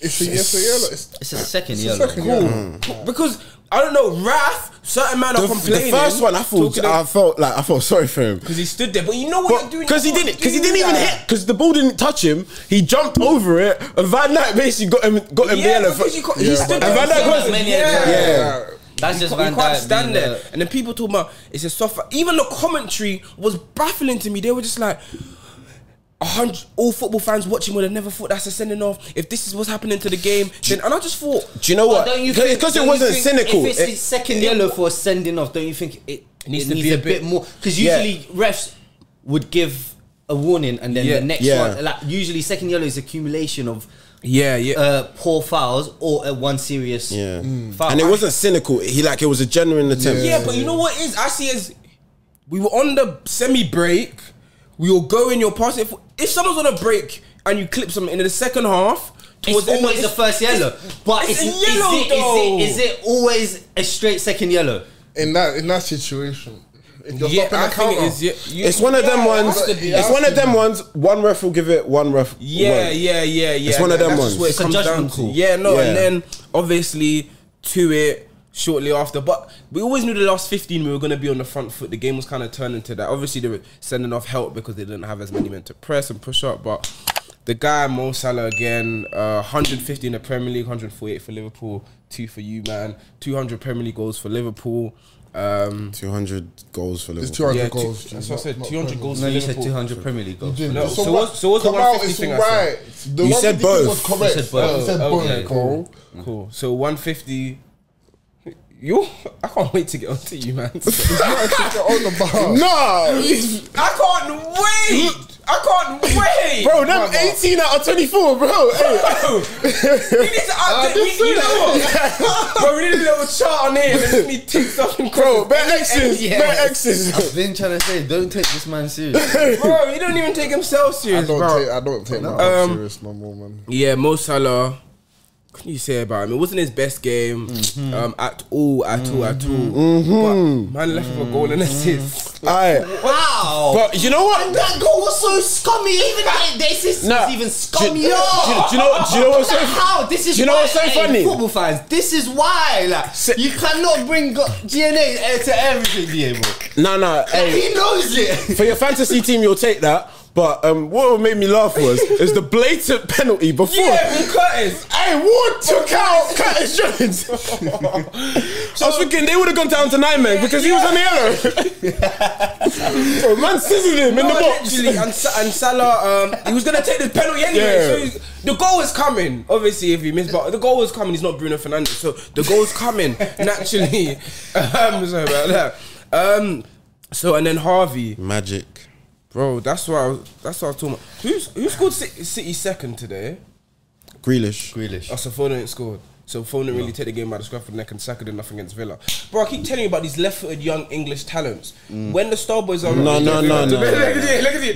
Speaker 2: It's a yes or yellow. It's
Speaker 4: It's a second
Speaker 2: it's a
Speaker 4: yellow.
Speaker 2: second
Speaker 4: Cool.
Speaker 2: yellow.
Speaker 5: Because I don't know, Raf, certain man
Speaker 1: Mm. The,
Speaker 5: are complaining.
Speaker 1: the first one, I thought uh, I felt like I felt sorry for him.
Speaker 5: because he stood there, but you know what you're doing
Speaker 1: Because he
Speaker 5: you can't
Speaker 1: didn't, because he
Speaker 5: do
Speaker 1: didn't even
Speaker 5: that.
Speaker 1: hit, because the ball didn't touch him. He jumped over it, and Van Dijk basically got him, got him
Speaker 5: Yeah,
Speaker 1: the yellow.
Speaker 5: because
Speaker 1: for-
Speaker 5: you can't- he
Speaker 1: and
Speaker 5: stood there
Speaker 1: Van
Speaker 5: and
Speaker 1: Dijk
Speaker 5: said
Speaker 1: was,
Speaker 5: that
Speaker 4: many
Speaker 5: yeah.
Speaker 1: Yeah.
Speaker 4: That's
Speaker 5: you
Speaker 4: just
Speaker 5: can't,
Speaker 4: Van
Speaker 5: you can't
Speaker 4: Dijk
Speaker 5: stand
Speaker 4: being
Speaker 5: there.
Speaker 4: the-
Speaker 5: And then people talking about it's a soft. Even the commentary was baffling to me. They were just like, a hundred all football fans watching would have never thought that's a sending off. If this is what's happening to the game, then and I just thought,
Speaker 1: do you know what?
Speaker 4: But don't you think-
Speaker 1: Because
Speaker 4: don't
Speaker 1: it
Speaker 4: you
Speaker 1: wasn't
Speaker 4: think
Speaker 1: cynical.
Speaker 4: If it's
Speaker 1: It-
Speaker 4: his second yellow for sending off, don't you think it, it needs, to, be a bit, more? Because
Speaker 1: Yeah.
Speaker 4: usually refs would give a warning and then
Speaker 5: Yeah.
Speaker 4: the next
Speaker 1: Yeah.
Speaker 4: one. Like usually, second yellow is accumulation of
Speaker 5: yeah, yeah.
Speaker 4: uh, poor fouls or uh, one serious
Speaker 1: Yeah.
Speaker 4: foul.
Speaker 1: And it wasn't cynical. He like it was a genuine attempt.
Speaker 5: Yeah, but you know what it is? I see as we were on the semi break. We were going. You're passing. If, if someone's on a break and you clip something in the second half,
Speaker 4: It's
Speaker 5: towards the end of-
Speaker 4: always the
Speaker 5: it's-
Speaker 4: first yellow, but it's,
Speaker 5: it's a
Speaker 4: is,
Speaker 5: yellow,
Speaker 4: it,
Speaker 5: though.
Speaker 4: is, it, is it always a straight second yellow?
Speaker 2: in that in that situation. If you're
Speaker 5: Yeah,
Speaker 2: stopping
Speaker 5: I
Speaker 2: a
Speaker 5: think it
Speaker 2: counter,
Speaker 5: is. Yeah, you-
Speaker 1: It's one of them
Speaker 5: Yeah,
Speaker 1: ones.
Speaker 5: it has to be.
Speaker 1: It's one of them ones. One ref will give it. One ref.
Speaker 5: Yeah,
Speaker 1: won't.
Speaker 5: yeah, yeah, yeah.
Speaker 1: It's one of
Speaker 5: That's
Speaker 1: them
Speaker 5: just
Speaker 1: ones.
Speaker 5: what it
Speaker 4: It's a
Speaker 5: comes down
Speaker 4: judgment
Speaker 5: to.
Speaker 4: call.
Speaker 5: Yeah, no,
Speaker 1: Yeah.
Speaker 5: and then obviously to it shortly after. But we always knew the last 15 we were going to be on the front foot. The game was kind of turning to that. Obviously, they were sending off help because they didn't have as many men to press and push up. But the guy, Mo Salah, again, uh, 150 in the Premier League, 148 for Liverpool, two for you, man, 200 Premier League goals for Liverpool. Um,
Speaker 1: Two hundred goals for
Speaker 2: It's
Speaker 1: Liverpool.
Speaker 2: 200
Speaker 5: yeah, two-
Speaker 2: goals.
Speaker 5: that's what I said.
Speaker 2: not- not
Speaker 5: 200 goals
Speaker 4: No,
Speaker 5: for
Speaker 4: you said
Speaker 5: Liverpool.
Speaker 4: 200 Premier League goals.
Speaker 2: didn't.
Speaker 5: No,
Speaker 2: It's
Speaker 5: so
Speaker 2: all
Speaker 5: what-
Speaker 2: right.
Speaker 5: so what's the
Speaker 2: Come out,
Speaker 5: 150
Speaker 2: it's
Speaker 5: thing I
Speaker 2: alright. The
Speaker 1: You said
Speaker 2: 150 was
Speaker 1: both. You
Speaker 2: correct.
Speaker 4: said both.
Speaker 2: You said
Speaker 5: Oh,
Speaker 2: both,
Speaker 5: okay,
Speaker 2: Cole.
Speaker 5: Cool. So 150. You, I can't wait to get onto you, man. I
Speaker 2: on the bar.
Speaker 1: No,
Speaker 5: can't wait. I can't wait,
Speaker 1: bro, them eighteen out of twenty-four, bro. Hey,
Speaker 5: We need to update.
Speaker 2: didn't
Speaker 5: We,
Speaker 2: see
Speaker 5: you know what? bro, we need a little chart on here. Let me tick something,
Speaker 1: bro,
Speaker 5: bro.
Speaker 1: better X's,
Speaker 4: yeah.
Speaker 1: better X's.
Speaker 4: been trying to say, don't take this man serious.
Speaker 5: Bro, he don't even take himself
Speaker 2: I
Speaker 5: serious,
Speaker 2: don't
Speaker 5: bro.
Speaker 2: take I don't take my
Speaker 5: Um,
Speaker 2: serious no more, man.
Speaker 5: yeah, Mo Salah. can you say about him? It wasn't his best game um, at all, at all, at all. But man left with a goal and assist.
Speaker 1: Aye.
Speaker 6: Wow.
Speaker 1: But you know what?
Speaker 6: that goal was so scummy. Even that, this is
Speaker 1: Nah.
Speaker 6: even
Speaker 1: Do, do, do
Speaker 6: scummier.
Speaker 1: you know? Do you know what's so?
Speaker 6: How this is
Speaker 1: Do you know
Speaker 6: why,
Speaker 1: what's so
Speaker 6: hey,
Speaker 1: funny?
Speaker 6: Football fans, this is why like
Speaker 1: Se-
Speaker 6: you cannot bring go- GNA to everything, Diego.
Speaker 1: No, no. Hey,
Speaker 6: He knows it.
Speaker 1: for your fantasy team, you'll take that. But um, what made me laugh was is the blatant penalty before.
Speaker 5: Yeah, from Curtis.
Speaker 1: Hey, Ward took out Curtis Jones. I was thinking they would have gone down to nine men because he was on the arrow. Bro, man scissored him in the
Speaker 5: No,
Speaker 1: box.
Speaker 5: literally, and, Sa- and Salah, um, he was gonna take the penalty
Speaker 1: Yeah.
Speaker 5: anyway. So he's- the goal was coming. Obviously, if he missed, but the goal was coming. He's not Bruno Fernandez, so the goal was coming naturally. Um, sorry about that. Um, so and then Harvey,
Speaker 1: Magic.
Speaker 5: bro. That's what I was. That's what I was talking about. Who's who scored City, City second today?
Speaker 1: Grealish.
Speaker 5: Oh,
Speaker 4: Grealish.
Speaker 5: so Foden ain't scored. So Foden didn't really take the game by the scruff of the neck and Saka did nothing against Villa. Bro, I keep telling you about these left-footed young English talents. When the star boys are
Speaker 1: Mm. No, no, no, no,
Speaker 5: look
Speaker 1: no.
Speaker 5: at you, look at you.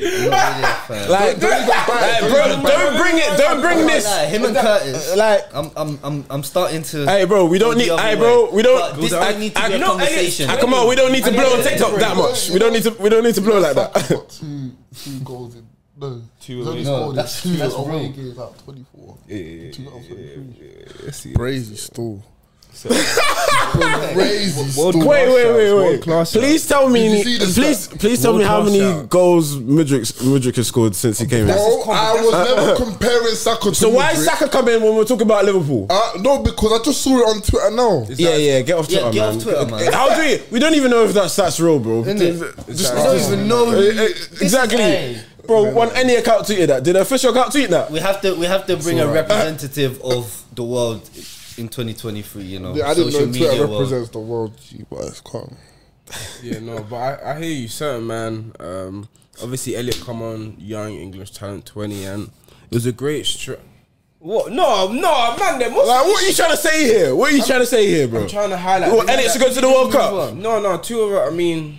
Speaker 1: Like, don't, like, bro, don't bring it. Don't bring this.
Speaker 4: Like, him and Curtis.
Speaker 1: Like,
Speaker 4: I'm, I'm, I'm, I'm starting to.
Speaker 1: Hey, bro, we don't
Speaker 4: Go the
Speaker 1: need.
Speaker 4: other
Speaker 1: Hey,
Speaker 4: way.
Speaker 1: bro, we don't.
Speaker 4: But this
Speaker 1: I-
Speaker 4: don't need to
Speaker 1: I-
Speaker 4: be a
Speaker 1: no, I-
Speaker 4: conversation.
Speaker 1: I- come on, we don't need to blow on TikTok that much. We don't need to. We don't need to blow like
Speaker 2: Saka's
Speaker 1: that.
Speaker 2: got two, two goals in. No,
Speaker 5: Two
Speaker 2: he's only
Speaker 4: No,
Speaker 5: away.
Speaker 2: scored in
Speaker 4: that's-
Speaker 2: two
Speaker 4: that's
Speaker 2: away
Speaker 4: wrong.
Speaker 2: games out of 24. Two out of 23.
Speaker 5: Bro,
Speaker 2: Crazy store. Crazy store.
Speaker 1: Wait,
Speaker 5: World
Speaker 1: wait, wait,
Speaker 5: World
Speaker 1: wait.
Speaker 5: class shout.
Speaker 1: Please tell
Speaker 2: Did
Speaker 1: me.
Speaker 2: you see this
Speaker 1: Please,
Speaker 2: guy?
Speaker 1: please tell me
Speaker 5: World
Speaker 1: how
Speaker 5: class
Speaker 1: many
Speaker 5: shout.
Speaker 1: goals Mudrick Mudrick has scored since he came in.
Speaker 2: Bro, I was never comparing Saka to
Speaker 1: Uh, So why
Speaker 2: Modric.
Speaker 1: is Saka come in when we're talking about Liverpool?
Speaker 2: Uh, no, because I just saw it on Twitter now.
Speaker 1: Yeah, yeah, get off
Speaker 4: Yeah,
Speaker 1: Twitter,
Speaker 4: get
Speaker 1: man.
Speaker 4: off Twitter, man.
Speaker 1: How do we? We don't even know if that stat's real, bro. Just-
Speaker 4: We don't even know.
Speaker 1: Uh,
Speaker 4: who-
Speaker 1: uh,
Speaker 4: This
Speaker 1: Exactly,
Speaker 4: is-
Speaker 1: bro. When any account tweeted that, did the official account tweet that?
Speaker 4: We have to we have to bring a representative of the world in 2023. You know,
Speaker 2: Yeah, I didn't
Speaker 4: social
Speaker 2: know Twitter
Speaker 4: media world.
Speaker 2: represents the world, G, but it's calm.
Speaker 5: Yeah, no, but I, I hear you, certain man. Um, obviously, Elliot, come on, young English talent, twenty, and it was a great strip. What? No, no, man. There must
Speaker 1: Like, what are you trying to say here? What are you trying to say here, bro?
Speaker 5: I'm trying to highlight.
Speaker 1: Well, Elliot should go to the World Cup.
Speaker 5: No, no, two of it. I mean,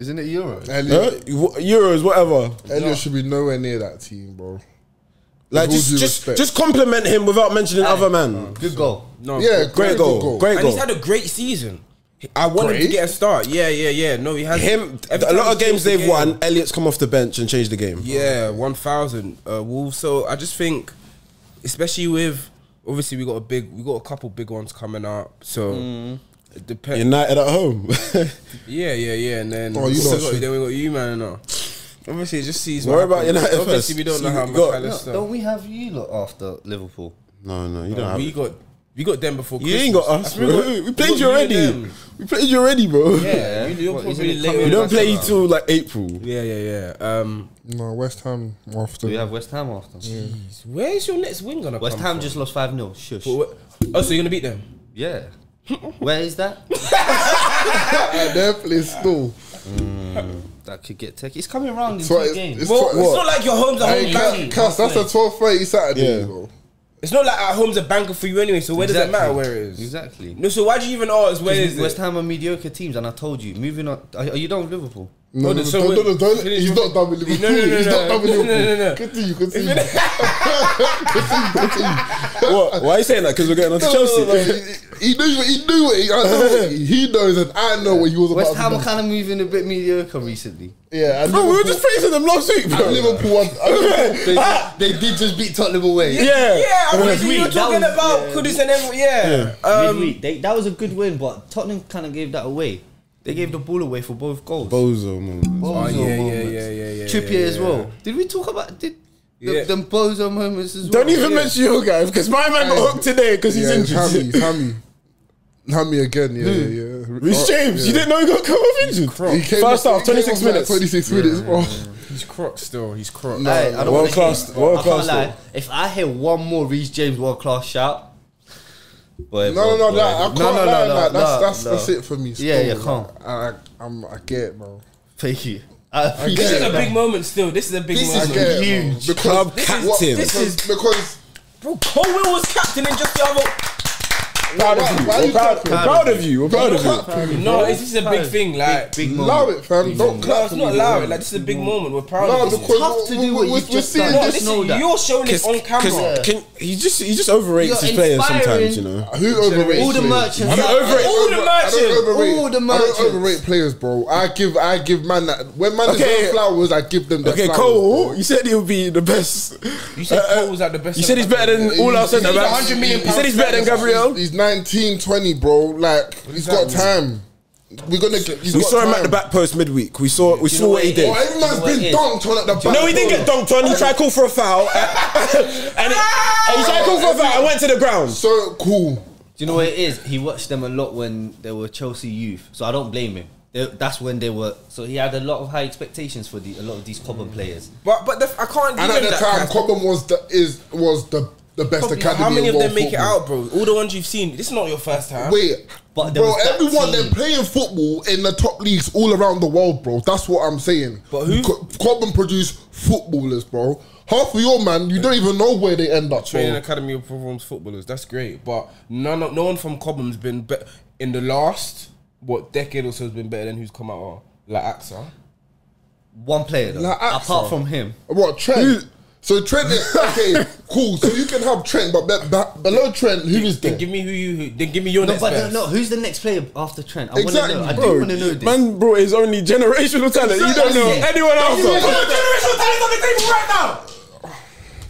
Speaker 4: Isn't it Euro?
Speaker 1: Huh?
Speaker 2: Elliot,
Speaker 1: Euros, whatever.
Speaker 2: Elliot should be nowhere near that team, bro.
Speaker 1: Like
Speaker 2: With all
Speaker 1: just,
Speaker 2: due
Speaker 1: just,
Speaker 2: respect.
Speaker 1: just compliment him without mentioning other man.
Speaker 4: Good goal.
Speaker 5: no.
Speaker 2: Yeah,
Speaker 1: Oh, Great
Speaker 2: good
Speaker 1: goal,
Speaker 5: and
Speaker 1: great goal.
Speaker 5: he's had a great season. I want him to
Speaker 2: Great?
Speaker 5: get a start. Yeah, yeah, yeah. No, he has
Speaker 1: Him,
Speaker 5: Every
Speaker 1: a
Speaker 5: time
Speaker 1: lot
Speaker 5: he
Speaker 1: of games
Speaker 5: plays the
Speaker 1: they've
Speaker 5: game-
Speaker 1: won. Elliot's come off the bench and changed the game.
Speaker 5: Yeah, one thousand uh, Wolves. So I just think, especially with obviously we got a big, we got a couple big ones coming up. So
Speaker 1: Mm.
Speaker 5: it depends.
Speaker 1: United at home.
Speaker 5: Yeah, yeah, yeah. And then
Speaker 2: Oh, you
Speaker 5: we still
Speaker 2: lot
Speaker 5: got,
Speaker 2: should-
Speaker 5: then we got you, man. No. Obviously, it just sees.
Speaker 1: Worry
Speaker 5: what
Speaker 1: about
Speaker 5: happens.
Speaker 1: United
Speaker 5: Obviously,
Speaker 1: first.
Speaker 5: we don't know
Speaker 1: See,
Speaker 5: how
Speaker 1: you got-
Speaker 5: McAllister.
Speaker 4: Don't we have you lot after Liverpool?
Speaker 1: no, no, you don't have.
Speaker 5: Uh, we
Speaker 1: it.
Speaker 5: got we got them before.
Speaker 1: you ain't got us,
Speaker 5: Christmas.
Speaker 1: bro.
Speaker 5: I
Speaker 1: We
Speaker 5: think
Speaker 1: played
Speaker 5: got
Speaker 1: you already.
Speaker 5: and them.
Speaker 1: We played you already, bro.
Speaker 5: Yeah, you- you're
Speaker 4: What,
Speaker 5: probably
Speaker 4: isn't it
Speaker 5: late
Speaker 4: coming
Speaker 1: We
Speaker 5: in
Speaker 1: don't
Speaker 5: the
Speaker 1: play
Speaker 5: back
Speaker 1: till like April.
Speaker 5: Yeah, yeah, yeah. Um,
Speaker 2: No, West Ham after.
Speaker 4: Do we have West Ham after?
Speaker 5: where's your next wing gonna
Speaker 4: West
Speaker 5: come
Speaker 4: Ham
Speaker 5: from?
Speaker 4: just lost five 0 Shush.
Speaker 5: But what- Oh, so you're gonna beat them?
Speaker 4: Yeah. Where is that?
Speaker 2: At their place still.
Speaker 4: That could get tech. It's coming round in
Speaker 2: So
Speaker 4: two
Speaker 2: it's-
Speaker 4: games.
Speaker 2: it's-
Speaker 5: Well,
Speaker 2: what-
Speaker 5: it's
Speaker 2: what?
Speaker 5: not like your home's a home
Speaker 2: Hey,
Speaker 5: game.
Speaker 2: Cass, Cass, that's a twelve thirty Saturday,
Speaker 1: Yeah.
Speaker 2: bro.
Speaker 5: It's not like at home's a banker for you anyway. So where does it matter where it is?
Speaker 4: Exactly.
Speaker 5: No, so why do you even ask where is
Speaker 4: West,
Speaker 5: it?
Speaker 4: West Ham are mediocre teams, and I told you. Moving on, are, are you done with Liverpool?
Speaker 2: No,
Speaker 5: Oh,
Speaker 2: no, no,
Speaker 5: so
Speaker 2: don't,
Speaker 5: wait,
Speaker 2: no, no, don't.
Speaker 5: finish
Speaker 2: He's
Speaker 5: with
Speaker 2: not done with Liverpool.
Speaker 5: No, no, no,
Speaker 2: he's
Speaker 5: no.
Speaker 2: not done with
Speaker 5: No, no,
Speaker 2: Liverpool.
Speaker 5: no, no.
Speaker 2: Continue, continue.
Speaker 1: what? Why are you saying that? Because we're getting on to Chelsea.
Speaker 2: he, he knew. He knew. what He, I know what he, he knows, and I know what he was
Speaker 4: West
Speaker 2: about.
Speaker 4: Ham
Speaker 2: to
Speaker 4: are
Speaker 2: do.
Speaker 4: kind of moving a bit mediocre recently.
Speaker 2: Yeah, and
Speaker 1: Bro, we were
Speaker 2: Liverpool,
Speaker 1: just praising them last week, bro.
Speaker 2: and Liverpool. won-
Speaker 4: They, they did just beat Tottenham away.
Speaker 1: Yeah.
Speaker 5: Yeah, I mean,
Speaker 4: Midweek,
Speaker 5: you were
Speaker 4: that
Speaker 5: talking
Speaker 4: was-
Speaker 5: about
Speaker 4: yeah.
Speaker 5: Kudus and everyone. Yeah. Um,
Speaker 4: Midweek, they, that was a good win, but Tottenham kind of gave that away. They gave the ball away for both goals.
Speaker 1: Bozo moment.
Speaker 4: Bozo
Speaker 5: oh, yeah, yeah, yeah,
Speaker 4: moments.
Speaker 5: yeah, yeah, yeah.
Speaker 4: Trippier
Speaker 5: yeah,
Speaker 4: as
Speaker 5: yeah.
Speaker 4: well. Did we talk about did the,
Speaker 5: Yeah.
Speaker 4: them Bozo moments as well?
Speaker 1: Don't even
Speaker 4: Yeah.
Speaker 1: mention your guy because my man got hooked today because he's
Speaker 2: yeah, it's
Speaker 1: injured.
Speaker 2: Hammy, it's Hammy, Hammy again. Yeah, yeah, yeah.
Speaker 1: Rich
Speaker 2: Oh,
Speaker 1: James, you
Speaker 2: yeah.
Speaker 1: didn't know he got come off injured.
Speaker 2: He came
Speaker 1: First half,
Speaker 2: off- he came
Speaker 1: 26
Speaker 2: off like
Speaker 1: minutes.
Speaker 2: 26 minutes, Oh, bro.
Speaker 5: He's crocked still. He's crocked.
Speaker 4: Aye, I don't
Speaker 1: World
Speaker 4: wanna
Speaker 1: class-
Speaker 4: hear-
Speaker 1: world
Speaker 4: I
Speaker 1: class
Speaker 4: can't lie. If I hear one more Reece James world class shout, whatever,
Speaker 2: No, no, no, that, I
Speaker 4: whatever.
Speaker 2: can't lie, like, that's, that's, that's it for me. Still,
Speaker 4: Yeah, yeah,
Speaker 2: like,
Speaker 4: calm.
Speaker 2: I, I'm, I get it, bro.
Speaker 4: Thank you. I appreciate
Speaker 5: This is a
Speaker 4: that.
Speaker 5: big moment still. This is a big
Speaker 4: This
Speaker 2: I
Speaker 5: moment.
Speaker 4: is
Speaker 2: get it, bro.
Speaker 4: huge.
Speaker 2: Because
Speaker 1: Club
Speaker 2: this is
Speaker 1: captain.
Speaker 2: what-
Speaker 5: This
Speaker 2: because,
Speaker 5: is-
Speaker 2: because
Speaker 5: Bro, Colwell was captain and just the other.
Speaker 1: Proud of you.
Speaker 2: Why are
Speaker 1: We're
Speaker 2: you
Speaker 1: proud,
Speaker 2: clapping?
Speaker 1: we're proud of you. We're proud of you.
Speaker 5: No, it's just a big thing. Like,
Speaker 6: Big
Speaker 2: Allow
Speaker 6: moment.
Speaker 2: it, fam. Don't
Speaker 5: no,
Speaker 2: clap.
Speaker 5: it's not loud. Like, this is a big moment. We're proud
Speaker 2: No,
Speaker 5: of this.
Speaker 2: because
Speaker 6: tough to do what
Speaker 2: we're,
Speaker 6: you've
Speaker 2: we're, we're
Speaker 6: just
Speaker 2: seeing
Speaker 6: done.
Speaker 5: No,
Speaker 6: Just
Speaker 5: this
Speaker 2: this.
Speaker 6: know that.
Speaker 5: is, you're showing this on camera. Uh,
Speaker 1: Can, he just he just overrates
Speaker 6: You're
Speaker 1: his players sometimes,
Speaker 6: inspiring
Speaker 1: you know.
Speaker 2: Who overrates
Speaker 6: All the
Speaker 2: players?
Speaker 6: merchants.
Speaker 1: You
Speaker 6: out
Speaker 1: overrate-
Speaker 6: there.
Speaker 5: All the
Speaker 2: I don't
Speaker 5: merchants.
Speaker 2: overrate-
Speaker 6: All the
Speaker 2: I
Speaker 6: merchants.
Speaker 2: don't overrate players, bro. I give, I give man that when man
Speaker 1: Okay.
Speaker 2: deserve flowers, I give them. Their
Speaker 1: Okay,
Speaker 2: flowers,
Speaker 1: Cole,
Speaker 2: bro.
Speaker 1: you said he'll be the best. Uh,
Speaker 5: uh, You said Cole was at the best
Speaker 1: You said he's better than all our
Speaker 2: He's- he's
Speaker 1: centre backs.
Speaker 5: 100 million
Speaker 1: You said he's better than
Speaker 5: pounds.
Speaker 1: Gabriel.
Speaker 2: He's 19, 20, bro. Like he's got time. We're gonna. He's
Speaker 1: We
Speaker 2: got
Speaker 1: saw him
Speaker 2: time.
Speaker 1: at the back post midweek. We saw we saw what he
Speaker 2: Oh,
Speaker 1: did.
Speaker 2: every man's
Speaker 4: what
Speaker 2: been
Speaker 4: it is?
Speaker 2: dunked on at the back.
Speaker 1: No, he didn't get dunked on. He tried to call for a foul, and, and
Speaker 5: Ah!
Speaker 1: he tried to call for a foul. I went to the ground.
Speaker 2: So cool.
Speaker 4: Do you know what it is? He watched them a lot when they were Chelsea youth, so I don't blame him. They, that's when they were. So he had a lot of high expectations for the, a lot of these Cobham players.
Speaker 5: But but the, I can't
Speaker 2: And
Speaker 5: give them
Speaker 2: at the
Speaker 5: that.
Speaker 2: time, Cobham was the is was the the best
Speaker 5: Probably-
Speaker 2: academy.
Speaker 5: how many
Speaker 2: in
Speaker 5: of them
Speaker 2: world
Speaker 5: make it
Speaker 2: football.
Speaker 5: out, bro? All the ones you've seen. This is not your first time.
Speaker 2: Wait,
Speaker 4: But there
Speaker 2: bro,
Speaker 4: was that
Speaker 2: everyone
Speaker 4: team.
Speaker 2: they're playing football in the top leagues all around the world, bro. That's what I'm saying.
Speaker 5: But who-
Speaker 2: Co- Cobham produce footballers, bro? Half of your man, you don't even know where they end up,
Speaker 5: Training
Speaker 2: bro.
Speaker 5: academy of performs footballers. That's great, but none of, no one from Cobham's been be- in the last what decade or so has been better than who's come out of like AXA.
Speaker 4: One player, though,
Speaker 2: Like Axel.
Speaker 4: apart from him.
Speaker 2: What Trent? So Trent, is, okay, cool. So you can have Trent, but be- be- below Trent, who is there?
Speaker 5: Then give me who you who, then give me your
Speaker 4: No,
Speaker 5: next
Speaker 4: but
Speaker 5: best.
Speaker 4: no, who's the next player after Trent? I
Speaker 2: Exactly,
Speaker 4: want to know. I do
Speaker 2: bro.
Speaker 4: want to know this.
Speaker 1: Man brought his only generational talent. You don't know
Speaker 4: Exactly.
Speaker 1: anyone else.
Speaker 2: Yeah.
Speaker 5: generational talent on the table right now.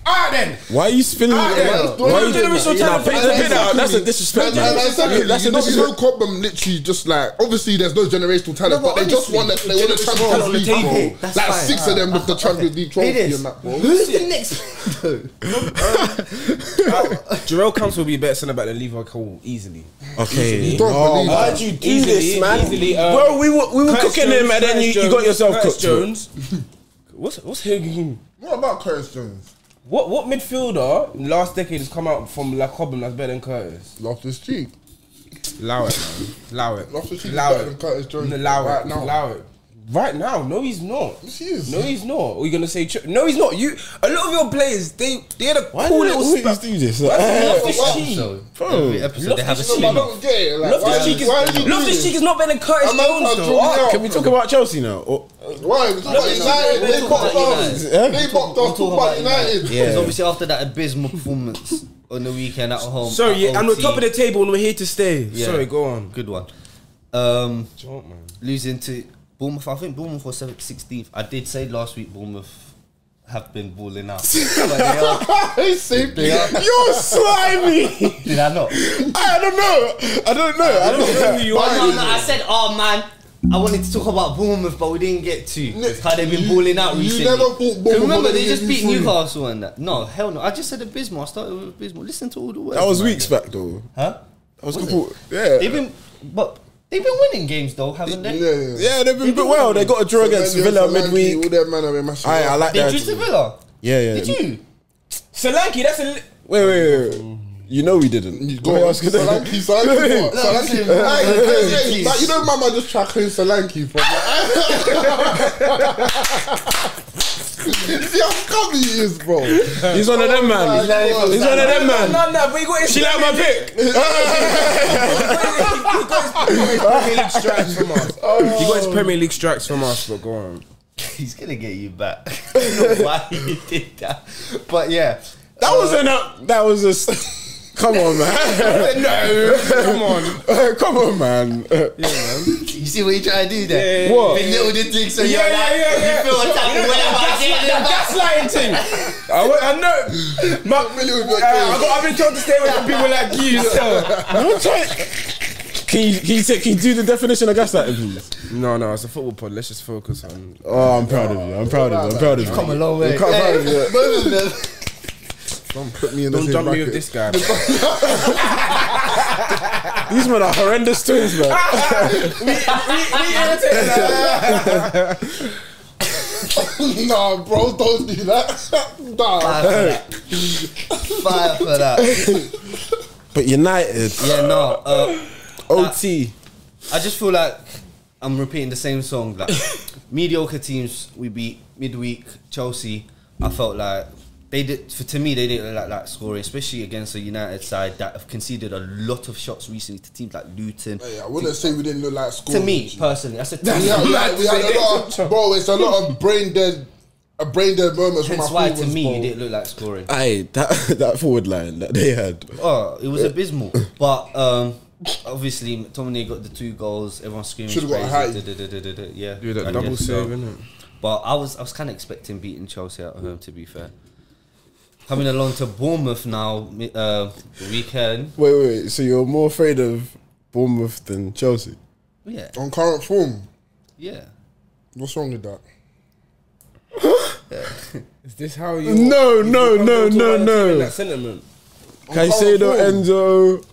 Speaker 5: All right then.
Speaker 1: Why are you spinning?
Speaker 5: Ah,
Speaker 1: why
Speaker 5: yeah.
Speaker 1: are you- why
Speaker 2: Why
Speaker 1: are
Speaker 2: you
Speaker 1: you
Speaker 2: doing
Speaker 1: doing
Speaker 5: that?
Speaker 1: that? Nah,
Speaker 5: Exactly.
Speaker 1: put the pin out. That's a disrespect,
Speaker 2: No,
Speaker 1: man.
Speaker 2: no, exactly.
Speaker 1: That's a
Speaker 2: you know, you know
Speaker 1: disrespect.
Speaker 2: Cobham literally just like obviously there's no generational talent,
Speaker 4: No,
Speaker 2: but,
Speaker 4: but
Speaker 2: they just
Speaker 4: honestly,
Speaker 2: won the they won the
Speaker 5: generational
Speaker 2: Champions
Speaker 5: talent
Speaker 2: League.
Speaker 5: on the
Speaker 2: bro.
Speaker 5: table.
Speaker 4: That's
Speaker 2: like
Speaker 4: fine.
Speaker 2: six of them with the Champions League
Speaker 4: Hey,
Speaker 2: trophy
Speaker 4: this.
Speaker 2: and that, bro.
Speaker 4: Who's the next player? though?
Speaker 5: Jarrell Camps will be better centre back than Levi Cole easily.
Speaker 1: Okay.
Speaker 2: Don't believe that.
Speaker 1: you do
Speaker 5: Easily, easily, um,
Speaker 1: Bro, we were, we were
Speaker 5: Curtis
Speaker 1: cooking
Speaker 5: Jones,
Speaker 1: him and then you, you
Speaker 5: Curtis
Speaker 1: got
Speaker 5: Jones,
Speaker 1: yourself
Speaker 5: Curtis
Speaker 1: cooked.
Speaker 5: Jones. what's what's Higgin?
Speaker 2: What about Curtis Jones?
Speaker 5: What what midfielder in the last decade has come out from La Cobham that's better than Curtis?
Speaker 2: Lost his cheek.
Speaker 5: Allow it, man. Allow it.
Speaker 2: Loftus Cheek is
Speaker 5: Allow
Speaker 2: better
Speaker 5: it.
Speaker 2: than Curtis Jones
Speaker 5: Allow it.
Speaker 2: right now.
Speaker 5: Allow it. Right now, no, he's not.
Speaker 2: Yes, he is.
Speaker 5: No, he's not. Are you gonna say? Ch- no, he's not. You. A lot of your players, they they're the
Speaker 1: Why
Speaker 5: cool
Speaker 1: do they
Speaker 5: little.
Speaker 1: always
Speaker 5: Sp-
Speaker 1: do this?
Speaker 5: Loftus
Speaker 2: Wow.
Speaker 5: Cheek.
Speaker 4: So, every episode they have
Speaker 2: No, but
Speaker 4: a
Speaker 2: I
Speaker 4: spin
Speaker 2: don't get it. Like,
Speaker 5: Loftus
Speaker 2: why,
Speaker 5: Cheek is
Speaker 2: why are you doing
Speaker 5: Loftus Cheek
Speaker 2: this?
Speaker 5: is not better than Curtis
Speaker 2: I'm out-
Speaker 5: Jones
Speaker 2: I'm
Speaker 5: though.
Speaker 2: drawing
Speaker 5: Ah,
Speaker 2: out.
Speaker 1: Can we talk about Chelsea now? Or-
Speaker 2: Why? We're talking about
Speaker 4: Loftus-
Speaker 2: United.
Speaker 4: we're
Speaker 2: They
Speaker 4: talking
Speaker 2: popped
Speaker 4: about
Speaker 2: us.
Speaker 1: United.
Speaker 2: They popped us. Talk about United.
Speaker 1: Yeah.
Speaker 4: Because obviously after that abysmal performance on the weekend at home.
Speaker 5: Sorry,
Speaker 4: at
Speaker 5: yeah, and we're
Speaker 4: OT,
Speaker 5: top of the table and we're here to stay.
Speaker 4: Yeah.
Speaker 5: Sorry, go on.
Speaker 4: Good one. Um,
Speaker 5: Don't, man.
Speaker 4: losing to Bournemouth. I think Bournemouth was 7th, 16th. I did say last week Bournemouth have been balling out. But they are-
Speaker 2: They saved it.
Speaker 1: You're slimy.
Speaker 4: did I not?
Speaker 1: I don't know. I don't know. I don't know.
Speaker 5: Who you
Speaker 4: Oh,
Speaker 5: are?
Speaker 4: no, no, I said, oh man, I wanted to talk about Bournemouth, but we didn't get to. It's how they've been
Speaker 2: You-
Speaker 4: balling out
Speaker 2: you
Speaker 4: recently.
Speaker 2: never thought Bournemouth
Speaker 4: Because remember,
Speaker 2: wanted
Speaker 4: they
Speaker 2: to
Speaker 4: just
Speaker 2: give you
Speaker 4: beat
Speaker 2: three.
Speaker 4: Newcastle and that. No, hell no. I just said abysmal. I started with abysmal. Listen to all the words.
Speaker 1: That was
Speaker 4: man.
Speaker 1: weeks back though.
Speaker 4: Huh?
Speaker 1: That was, couple. Yeah.
Speaker 4: They've been, but they've been winning games though, haven't they?
Speaker 1: yeah, they've been but well. They got a draw against Villa
Speaker 2: All
Speaker 1: midweek.
Speaker 2: their man have been mashing
Speaker 1: I,
Speaker 2: up.
Speaker 1: I like
Speaker 4: They
Speaker 1: that.
Speaker 4: drew to Villa.
Speaker 1: Yeah, yeah.
Speaker 4: Did you?
Speaker 5: Solanke, that's a. Li-
Speaker 1: Wait, wait, wait, wait. You know we didn't.
Speaker 2: Go
Speaker 1: Why
Speaker 2: on,
Speaker 1: else could they-
Speaker 2: Solanke, Solanke, what?
Speaker 4: No,
Speaker 2: Solanke.
Speaker 4: listen,
Speaker 2: Like,
Speaker 4: man.
Speaker 2: hey, hey, like, you know, Mama just try clean Solanke from. You See how scummy he is, bro.
Speaker 1: He's one of them, man.
Speaker 2: He's like-
Speaker 1: He's one of them, man.
Speaker 5: No, no, no, but you got his.
Speaker 1: She like my pick.
Speaker 5: he got his Premier League strikes from us. He got his Premier League strikes from us, but go on.
Speaker 4: He's gonna get you back. I don't know why you did that? But yeah,
Speaker 1: That was an up. That was just. Come on, man.
Speaker 5: No, come on.
Speaker 1: Come on, man.
Speaker 4: you see what you try to do there.
Speaker 5: Yeah.
Speaker 1: What?
Speaker 4: Belittle the thing, so
Speaker 5: Yeah,
Speaker 4: you're like,
Speaker 5: yeah, yeah, yeah.
Speaker 4: you feel attacked.
Speaker 5: You know
Speaker 4: when am I
Speaker 5: that
Speaker 4: getting
Speaker 5: gaslight-
Speaker 4: it back?
Speaker 5: that gaslighting thing. I, wa- I know. My,
Speaker 2: really with your
Speaker 5: uh, I got, I've been told to stay away from people like you. So.
Speaker 1: I'm trying. Can you, can, you take, can you do the definition of gaslighting, please?
Speaker 5: No, no, it's a football pod. Let's just focus on.
Speaker 1: Oh, I'm proud of you. I'm proud of you. I'm proud of you.
Speaker 4: Come a long way.
Speaker 1: Come proud of you.
Speaker 4: Both of them.
Speaker 2: Don't put me in the
Speaker 5: Don't
Speaker 2: same
Speaker 5: jump me
Speaker 2: bracket.
Speaker 5: with this guy.
Speaker 1: These men are horrendous twins, man.
Speaker 2: nah, bro, don't do that. nah.
Speaker 4: Five for that. Five for that.
Speaker 1: But United,
Speaker 4: Yeah, no. Uh,
Speaker 1: OT.
Speaker 4: I just feel like I'm repeating the same song. Like mediocre teams we beat midweek. Chelsea, I felt like they did for to me they didn't look like that scoring, especially against a United side that have conceded a lot of shots recently to teams like Luton.
Speaker 2: Hey, I wouldn't say we didn't look like school.
Speaker 4: To me personally, I said to
Speaker 2: we
Speaker 4: me,
Speaker 2: had, we had, we had a lot of, bro. It's a lot of brain dead, a brain dead moments.
Speaker 4: hence
Speaker 2: from my
Speaker 4: why to
Speaker 2: forwards,
Speaker 4: me
Speaker 2: bro.
Speaker 4: it didn't look like scoring.
Speaker 1: Aye, that that forward line that they had.
Speaker 4: Oh, it was abysmal. But um, obviously, McTominay got the two goals. Everyone screaming.
Speaker 2: Should've got a
Speaker 4: crazy, da-da-da-da-da-da, Yeah,
Speaker 5: Do that
Speaker 4: And
Speaker 5: double
Speaker 4: yeah,
Speaker 5: save,
Speaker 4: so-
Speaker 5: innit?
Speaker 4: But I was I was kind of expecting beating Chelsea at home. To be fair, coming along to Bournemouth now mi- uh, the weekend.
Speaker 1: Wait, wait, wait. So you're more afraid of Bournemouth than Chelsea?
Speaker 4: Yeah,
Speaker 2: on current form.
Speaker 4: yeah.
Speaker 2: What's wrong with that?
Speaker 5: Is this how you?
Speaker 1: No,
Speaker 5: you
Speaker 1: no,
Speaker 5: feel
Speaker 1: no,
Speaker 5: comfortable
Speaker 1: no,
Speaker 5: about the team in
Speaker 1: no.
Speaker 5: That sentiment.
Speaker 1: Caicedo, Enzo,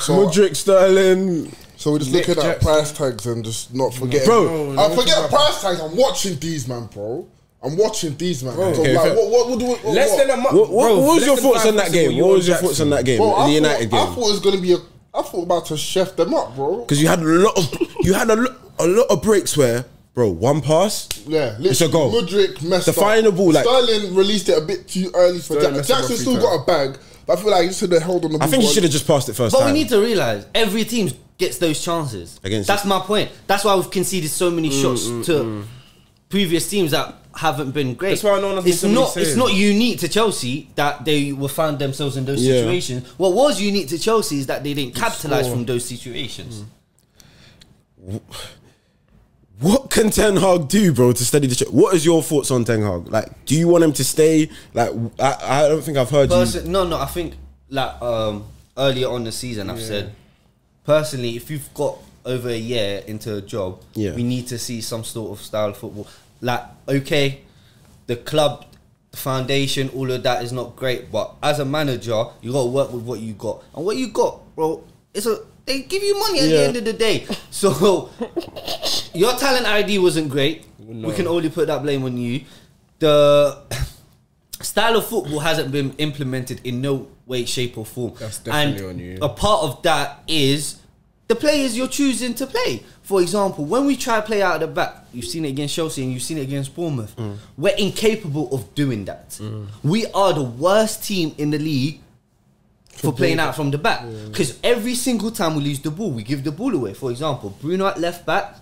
Speaker 2: So,
Speaker 1: Modric, Sterling.
Speaker 2: so we're just
Speaker 5: Nick
Speaker 2: looking at
Speaker 5: Jackson.
Speaker 2: price tags and just not forgetting.
Speaker 1: Bro.
Speaker 2: I forget price tags. I'm watching these, man, bro. I'm watching these, man. So
Speaker 1: Okay,
Speaker 2: like,
Speaker 1: fair.
Speaker 2: what, what, what do we, what,
Speaker 5: Less
Speaker 2: what?
Speaker 5: than a month.
Speaker 1: What, what,
Speaker 5: bro,
Speaker 1: what was
Speaker 5: less
Speaker 1: your
Speaker 5: than
Speaker 1: thoughts
Speaker 5: five
Speaker 1: on that
Speaker 5: percent
Speaker 1: game?
Speaker 5: of you
Speaker 1: What was your
Speaker 5: Jackson.
Speaker 1: thoughts on that game?
Speaker 2: Bro, I
Speaker 1: the
Speaker 2: thought-
Speaker 1: United
Speaker 2: I
Speaker 1: game.
Speaker 2: thought it was gonna be a. I thought about to chef them up, bro.
Speaker 1: Because you had a lot of you had a, lo- a lot of breaks where, bro, one pass,
Speaker 2: Yeah,
Speaker 1: it's a
Speaker 2: literally,
Speaker 1: goal.
Speaker 2: Mudrick messed
Speaker 1: The
Speaker 2: up.
Speaker 1: final ball, like-
Speaker 2: Sterling released it a bit too early for
Speaker 5: Sterling
Speaker 2: Jackson.
Speaker 5: messed up
Speaker 2: Jackson
Speaker 5: a
Speaker 2: still
Speaker 5: few
Speaker 2: got a bag, but I feel like he should have held on the.
Speaker 1: I
Speaker 2: ball
Speaker 1: think you
Speaker 2: for-
Speaker 1: should have just passed it first
Speaker 4: But
Speaker 1: time.
Speaker 4: we need to realize every team gets those chances.
Speaker 1: Against
Speaker 4: That's
Speaker 1: it.
Speaker 4: my point. That's why we've conceded so many shots to previous teams that haven't been great.
Speaker 5: That's why no one has been
Speaker 4: it's
Speaker 5: so many
Speaker 4: not. It's
Speaker 5: saves.
Speaker 4: not unique to Chelsea that they were found themselves in those
Speaker 1: Yeah.
Speaker 4: situations. What was unique to Chelsea is that they didn't capitalize from those situations.
Speaker 1: What can Ten Hag do, bro, to steady the ship? What is your thoughts on Ten Hag? Like, do you want him to stay? Like, I, I don't think I've heard you.
Speaker 4: Person, no, no. I think like um, earlier on the season, I've said personally, if you've got over a year into a job,
Speaker 1: Yeah.
Speaker 4: we need to see some sort of style of football. Like, okay, the club, the foundation, all of that is not great, but as a manager, you got to work with what you got, and what you got, bro, it's a they give you money
Speaker 1: Yeah.
Speaker 4: at the end of the day. So your talent ID wasn't great. We can only put that blame on you. The style of football hasn't been implemented in no way, shape, or form.
Speaker 5: That's definitely on you.
Speaker 4: A part of that is the players you're choosing to play. For example, when we try to play out of the back, you've seen it against Chelsea and you've seen it against Bournemouth.
Speaker 5: Mm.
Speaker 4: We're incapable of doing that. We are the worst team in the league for playing out from the back. Because every single time we lose the ball, we give the ball away. For example, Bruno at left back,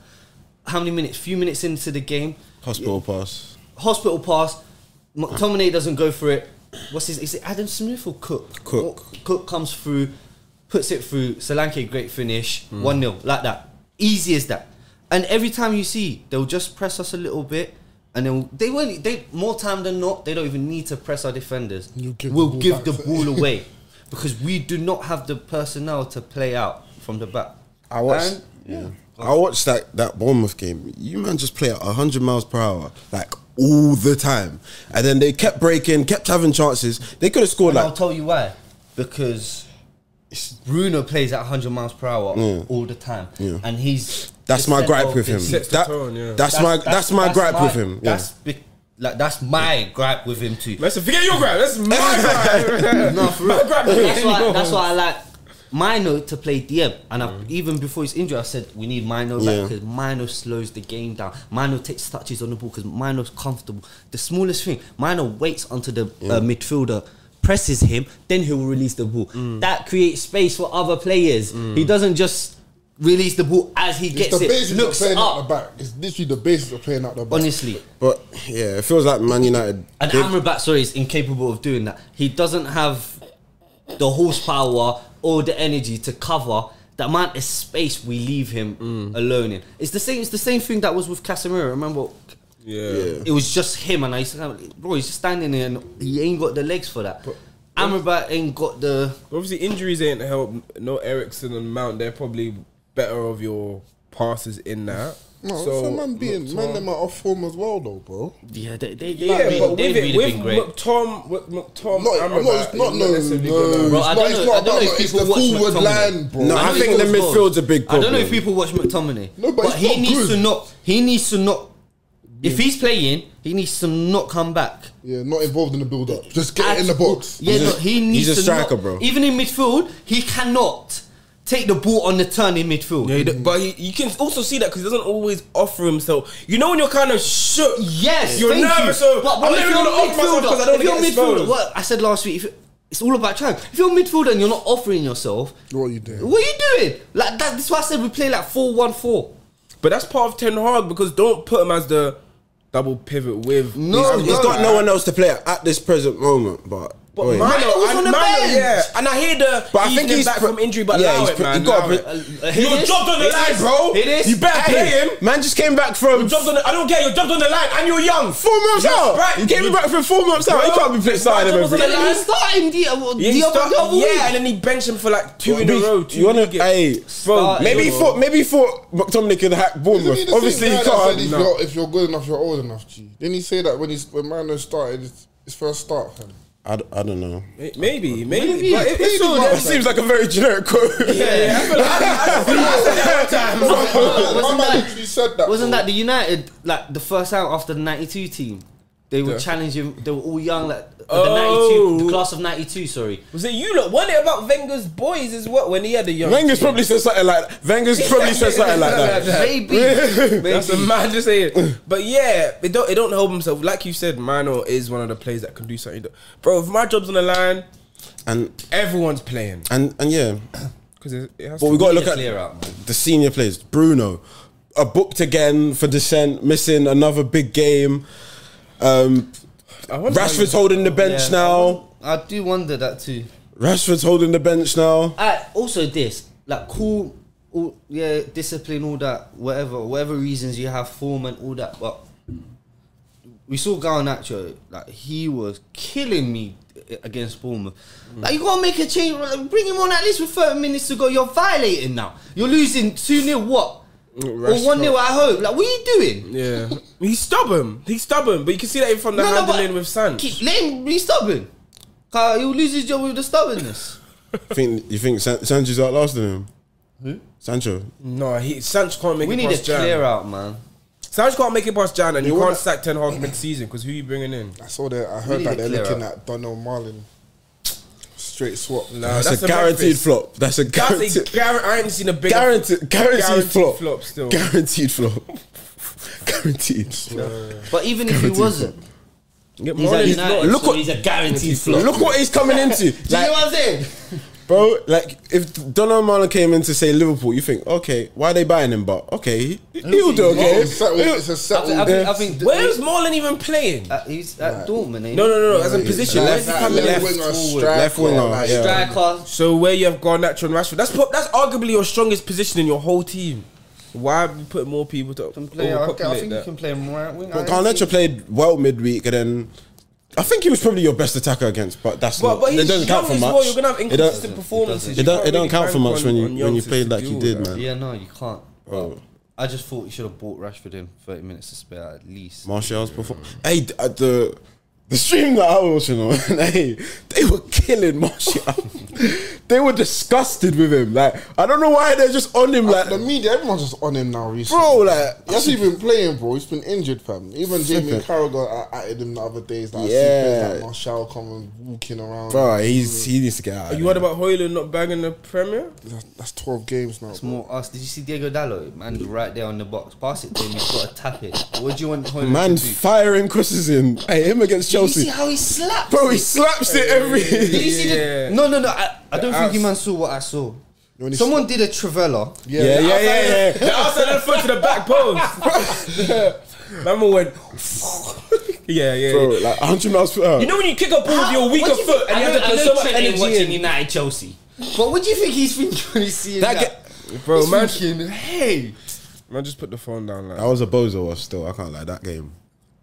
Speaker 4: how many minutes? Few minutes into the game,
Speaker 1: Hospital pass.
Speaker 4: hospital pass. McTominay doesn't go for it. What's his? Is it Adam Smith or Cook?
Speaker 1: Cook.
Speaker 4: Or- Cook comes through, puts it through. Solanke, great finish.
Speaker 1: Hmm.
Speaker 4: One 0 like that. Easy as that. And every time you see, they'll just press us a little bit, and then they won't. They more time than not, they don't even need to press our defenders.
Speaker 2: You give the
Speaker 4: we'll
Speaker 2: ball
Speaker 4: give
Speaker 2: back
Speaker 4: the
Speaker 2: to-
Speaker 4: ball away because we do not have the personnel to play out from the back.
Speaker 1: I watched. I watched that that Bournemouth game. You man just play at hundred miles per hour, like all the time, and then they kept breaking, kept having chances. They could have scored
Speaker 4: And I'll
Speaker 1: like
Speaker 4: tell you why. Because Bruno plays at 100 miles per hour all the time, and he's
Speaker 1: That's
Speaker 4: the
Speaker 1: my
Speaker 4: centre
Speaker 1: gripe
Speaker 4: of
Speaker 1: with him.
Speaker 4: this-
Speaker 5: Sets the
Speaker 1: That-
Speaker 5: tone, yeah.
Speaker 1: That's my that's my gripe with him. Yeah.
Speaker 4: That's big, like that's my gripe with him too.
Speaker 5: Let's forget your grab. That's my grab. no, for real. My grab.
Speaker 4: That's why. That's why I like Mino to play DM, and I, even before his injury, I said we need Mino
Speaker 1: Yeah.
Speaker 4: back because Mino slows the game down. Mino takes touches on the ball because Mino's comfortable. The smallest thing, Mino waits until the uh, midfielder presses him, then he will release the ball. That creates space for other players. He doesn't just release the ball as he
Speaker 2: It's
Speaker 4: gets
Speaker 2: the
Speaker 4: it.
Speaker 2: basis of
Speaker 4: Looks
Speaker 2: playing out the
Speaker 4: up.
Speaker 2: back. It's literally the basis of playing out the back.
Speaker 4: Honestly,
Speaker 1: But yeah, it feels like Man United.
Speaker 4: And
Speaker 1: they-
Speaker 4: Amrabat, sorry, is incapable of doing that. He doesn't have the horsepower or the energy to cover the amount of space we leave him alone in. It's the same. It's the same thing that was with Casemiro. Remember,
Speaker 5: Yeah.
Speaker 4: it was just him, and I used to have, bro, he's just standing there, and he ain't got the legs for that. Amrabat ain't got the.
Speaker 5: Obviously, injuries ain't help. No Ericsson and Mount. They're probably better of your passes in that.
Speaker 2: No,
Speaker 5: So,
Speaker 2: so man being man
Speaker 5: McTom-
Speaker 2: them are off form as well though, bro.
Speaker 4: Yeah, they, they, they,
Speaker 5: Yeah, but
Speaker 4: they
Speaker 5: with it,
Speaker 4: really
Speaker 5: with
Speaker 4: been great.
Speaker 5: McTom, with McTom,
Speaker 2: Not, I'm not, it's not, no, no, it's
Speaker 4: Bro, I
Speaker 2: not,
Speaker 4: don't
Speaker 2: it's
Speaker 4: know- I
Speaker 2: not
Speaker 4: don't know
Speaker 2: about,
Speaker 4: if
Speaker 2: it's
Speaker 4: people
Speaker 2: the
Speaker 4: watch
Speaker 2: forward
Speaker 4: McTominay.
Speaker 2: line, bro.
Speaker 1: No, I
Speaker 4: know
Speaker 1: think
Speaker 4: he
Speaker 1: the
Speaker 4: scores goals.
Speaker 1: midfield's a big
Speaker 4: I don't know if
Speaker 1: problem.
Speaker 4: people watch McTominay.
Speaker 2: No, but it's
Speaker 4: he
Speaker 2: not
Speaker 4: needs
Speaker 2: good.
Speaker 4: to not. He needs to not. If he's playing, he needs to not come back.
Speaker 2: Yeah, not involved in the build up. Just get
Speaker 4: At
Speaker 2: in the
Speaker 4: all.
Speaker 2: box.
Speaker 4: Yeah,
Speaker 1: He's
Speaker 4: no,
Speaker 1: a-
Speaker 4: he
Speaker 1: he's
Speaker 4: needs
Speaker 1: a
Speaker 4: to not-
Speaker 1: striker, bro.
Speaker 4: Even in midfield, he cannot take the ball on the turn in midfield.
Speaker 5: Yeah, he d- but he, you can also see that because he doesn't always offer himself. You know when you're kind of shook.
Speaker 4: Yes,
Speaker 5: you're
Speaker 4: thank
Speaker 5: nervous.
Speaker 4: You.
Speaker 5: So
Speaker 4: But- but
Speaker 5: I'm
Speaker 4: if
Speaker 5: never
Speaker 4: you're
Speaker 5: going to offer myself because I don't
Speaker 4: if you're
Speaker 5: want to get
Speaker 4: midfielder,
Speaker 5: exposed.
Speaker 4: what I said last week, if, it's all about trying. If you're midfielder and you're not offering yourself,
Speaker 2: What are you doing?
Speaker 4: What are you doing? Like that, that's why I said we play like four one four.
Speaker 5: But that's part of Ten Hag because don't put him as the double pivot with.
Speaker 4: No,
Speaker 5: He's-
Speaker 1: He's
Speaker 5: he's
Speaker 1: got no one else to play at, at this present moment, but.
Speaker 5: But
Speaker 1: wait.
Speaker 5: Mano,
Speaker 4: Mano was
Speaker 5: and
Speaker 4: on the
Speaker 5: Mano,
Speaker 4: bench.
Speaker 5: yeah, and I hear the.
Speaker 1: But I
Speaker 5: he's
Speaker 1: think
Speaker 5: been
Speaker 1: he's
Speaker 5: back
Speaker 1: pre-
Speaker 5: from injury, but
Speaker 1: yeah,
Speaker 5: allow
Speaker 1: he's
Speaker 5: it,
Speaker 1: pre-
Speaker 5: man.
Speaker 1: you gotta
Speaker 5: allow
Speaker 1: pre-
Speaker 5: it.
Speaker 4: uh,
Speaker 5: You're
Speaker 4: it is.
Speaker 5: dropped on the
Speaker 4: It
Speaker 5: line,
Speaker 4: is.
Speaker 5: bro.
Speaker 4: It is.
Speaker 5: You better
Speaker 1: Hey,
Speaker 5: play him.
Speaker 1: Man just came back from
Speaker 5: Dropped on the, I don't get you. Dropped on the line, and you're young.
Speaker 1: four months
Speaker 5: Yes,
Speaker 1: out.
Speaker 5: right.
Speaker 1: He came
Speaker 5: You-
Speaker 1: back from four months out. He
Speaker 5: Bro,
Speaker 1: can't be playing starting him
Speaker 5: Sancho was
Speaker 1: every
Speaker 5: on
Speaker 1: day.
Speaker 5: the
Speaker 4: And he starting the, uh,
Speaker 5: Yeah,
Speaker 4: the,
Speaker 5: he
Speaker 4: other,
Speaker 5: start-
Speaker 4: the other
Speaker 5: yeah,
Speaker 4: week.
Speaker 5: and then he benched him for like two in
Speaker 1: Big-
Speaker 5: a row. Two
Speaker 1: you wanna,
Speaker 5: league games.
Speaker 1: hey,
Speaker 5: Bro,
Speaker 1: maybe he
Speaker 5: bro.
Speaker 1: thought maybe he thought McTominay could hack
Speaker 2: Isn't he
Speaker 1: Bournemouth.
Speaker 2: the
Speaker 1: Obviously
Speaker 2: same
Speaker 1: he
Speaker 2: guy that said If,
Speaker 1: can't.
Speaker 2: you're, if you're good enough, you're old enough. G. Didn't he say that when he's when Mano started his, his first start? Fam?
Speaker 1: I, d- I don't know.
Speaker 5: May- Maybe, maybe.
Speaker 4: Maybe.
Speaker 5: But if it's so,
Speaker 1: That
Speaker 5: then-
Speaker 1: seems like a very generic quote.
Speaker 5: yeah, yeah. I feel like I, I feel like I said that one time.
Speaker 2: My man
Speaker 4: Wasn't that-
Speaker 2: usually said that.
Speaker 4: Wasn't
Speaker 2: bro.
Speaker 4: that the United like the first out after the '92 team? They were challenging. They were all young, like the
Speaker 5: Oh.
Speaker 4: '92, the class of '92. Sorry,
Speaker 5: Was it you lot? Wasn't it about Wenger's boys as well when he had a young?
Speaker 1: Wenger's probably said something like Wenger's probably said something like that.
Speaker 4: maybe.
Speaker 5: That's a man just saying. But yeah, it don't it don't help himself. Like you said, Mano is one of the players that can do something. that- Bro, if my job's on the line,
Speaker 1: And
Speaker 5: everyone's playing
Speaker 1: and and yeah,
Speaker 5: because it, it has
Speaker 1: but
Speaker 5: to
Speaker 1: we got to look
Speaker 4: Need to
Speaker 1: at
Speaker 4: clear out, man.
Speaker 1: the senior players. Bruno, a booked again for descent, missing another big game. Um,
Speaker 5: I wonder how
Speaker 1: Rashford's
Speaker 5: you-
Speaker 1: holding the bench
Speaker 4: Yeah.
Speaker 1: now.
Speaker 4: I do wonder that too.
Speaker 1: Rashford's holding the bench now.
Speaker 4: I also this like cool, all, yeah, discipline, all that, whatever, whatever reasons you have, form and all that. But we saw Garnacho, like he was killing me against Bournemouth.
Speaker 5: Mm.
Speaker 4: Like you gotta make a change, like, bring him on at least with thirty minutes to go. You're violating now. You're losing two 0 what or
Speaker 5: Rashford.
Speaker 4: one 0 at home. Like what are you doing?
Speaker 5: Yeah, he's stubborn. He's stubborn, but you can see that from the handling with Sanch.
Speaker 4: keep- let him be stubborn. 'Cause He'll lose his job with the stubbornness.
Speaker 1: think you think San- Sancho's outlasting him? Who? Sancho.
Speaker 5: No, he Sanch can't make
Speaker 4: we
Speaker 5: it
Speaker 4: need a
Speaker 5: past Jan.
Speaker 4: clear out, man.
Speaker 5: Sanch can't make it past Jan, and you,
Speaker 2: wanna-
Speaker 5: can't sack Ten Hag mid-season because who you bringing in?
Speaker 2: I saw that. I
Speaker 4: We
Speaker 2: heard
Speaker 4: need
Speaker 2: that
Speaker 4: to
Speaker 2: they're
Speaker 4: clear
Speaker 2: looking
Speaker 4: up.
Speaker 2: at Donald Marlin. Straight swap.
Speaker 5: No,
Speaker 1: That's, a,
Speaker 5: Memphis.
Speaker 1: guaranteed flop. That's a
Speaker 5: That's a
Speaker 1: guaranteed.
Speaker 5: guarantee. I ain't seen a big
Speaker 1: guaranteed, guaranteed,
Speaker 5: guaranteed
Speaker 1: flop.
Speaker 5: flop still.
Speaker 1: Guaranteed flop. guaranteed.
Speaker 4: But even if he wasn't,
Speaker 5: Get
Speaker 4: he's at
Speaker 5: Marlon is
Speaker 4: United,
Speaker 5: not-
Speaker 1: look
Speaker 4: so
Speaker 1: what-
Speaker 4: he's a guaranteed flop.
Speaker 1: Look what he's coming into.
Speaker 4: Do you
Speaker 1: Like,
Speaker 4: know what I'm saying?
Speaker 1: bro, like if Donald Marlon came in to say Liverpool, you think, okay, why are they buying him? But okay, he, he'll do
Speaker 2: Oh,
Speaker 1: okay.
Speaker 2: it's settled- it's a
Speaker 4: I think, I
Speaker 2: settled.
Speaker 4: think, I think
Speaker 5: Where's Marlon even playing?
Speaker 4: uh, he's at Dortmund. eh? Ain't
Speaker 5: No, no, no, no. As a
Speaker 2: Like,
Speaker 5: position,
Speaker 2: like,
Speaker 5: where's he
Speaker 2: like
Speaker 5: coming
Speaker 2: left
Speaker 5: in?
Speaker 2: winger,
Speaker 1: forward,
Speaker 2: striker,
Speaker 1: left winger,
Speaker 2: like,
Speaker 1: yeah.
Speaker 4: Striker.
Speaker 5: So where you have Garnacho and Rashford, that's prob- that's arguably your strongest position in your whole team. Why have you put more people to
Speaker 4: Player, I, I
Speaker 5: overpopulate
Speaker 4: think you
Speaker 5: that?
Speaker 4: can play him right wing.
Speaker 1: But Garnacho played well midweek, and then I think he was probably your best attacker against. But that's
Speaker 5: But,
Speaker 1: not.
Speaker 5: but
Speaker 1: it
Speaker 5: he's
Speaker 1: doesn't count for
Speaker 5: young as
Speaker 1: much.
Speaker 5: well. You're gonna have
Speaker 1: It don't-
Speaker 5: inconsistent performances.
Speaker 1: It
Speaker 5: You
Speaker 1: don't,
Speaker 5: can't
Speaker 1: it don't
Speaker 5: really
Speaker 1: count for
Speaker 5: bank
Speaker 1: much
Speaker 5: on-
Speaker 1: when
Speaker 5: on
Speaker 1: you when you
Speaker 5: youngsters
Speaker 1: played
Speaker 5: to
Speaker 1: like
Speaker 5: do
Speaker 1: you
Speaker 5: all
Speaker 1: did,
Speaker 5: that.
Speaker 1: man.
Speaker 4: Yeah, no, you can't.
Speaker 1: Bro.
Speaker 4: I just thought you should have bought Rashford in 30 minutes to spare at least.
Speaker 1: Martial's before. Hey, th- uh, the the stream that I was watching on, hey, they were killing Martial. they were disgusted with him. Like I don't know why they're just on him. Like
Speaker 2: the media, everyone's just on him now recently.
Speaker 1: bro, like
Speaker 2: He hasn't even playing, bro. He's been injured, fam. Even Jamie
Speaker 1: Flippin'.
Speaker 2: Carragher I added him the other days. Like,
Speaker 1: Yeah.
Speaker 2: yeah. players like Marshall coming, walking around.
Speaker 1: bro, he's he needs to get out.
Speaker 5: Are
Speaker 1: of
Speaker 5: you
Speaker 1: there.
Speaker 5: worried about Hoyland not bagging the Premier?
Speaker 2: That's, that's 12 games now.
Speaker 4: It's more us. Did you see Diego Dallo? Man, right there on the box. Pass it to him. He's got to tap it. What do you want Hoyland
Speaker 1: man
Speaker 4: to do?
Speaker 1: firing crosses in? Hey, him against
Speaker 4: Did you see
Speaker 1: Chelsea,
Speaker 4: how he slapped?
Speaker 1: bro. He slaps it
Speaker 4: Did
Speaker 1: every.
Speaker 4: you see
Speaker 5: Yeah.
Speaker 4: the? No, no, no. I, I don't think you
Speaker 5: abs-
Speaker 4: man saw what I saw.
Speaker 2: only
Speaker 4: Someone did a Travella.
Speaker 1: Yeah, yeah, yeah, yeah.
Speaker 5: The outside of the foot to the back post. Remember went. yeah, yeah,
Speaker 1: Bro,
Speaker 5: yeah.
Speaker 1: like 100 miles per hour.
Speaker 5: You know when you kick a ball with your weaker
Speaker 4: What do you
Speaker 5: foot
Speaker 4: think-
Speaker 5: and you
Speaker 4: I know-
Speaker 5: have to
Speaker 4: I
Speaker 5: put
Speaker 4: know
Speaker 5: so much
Speaker 4: Trent ain't watching
Speaker 5: energy in.
Speaker 4: United Chelsea. But what do you think he's thinking when he's seeing
Speaker 1: That
Speaker 4: that?
Speaker 5: Bro,
Speaker 4: He's
Speaker 5: man,
Speaker 4: thinking, hey,
Speaker 5: man, just put the phone down. Like
Speaker 1: that was a bozo off. Still, I can't like that game.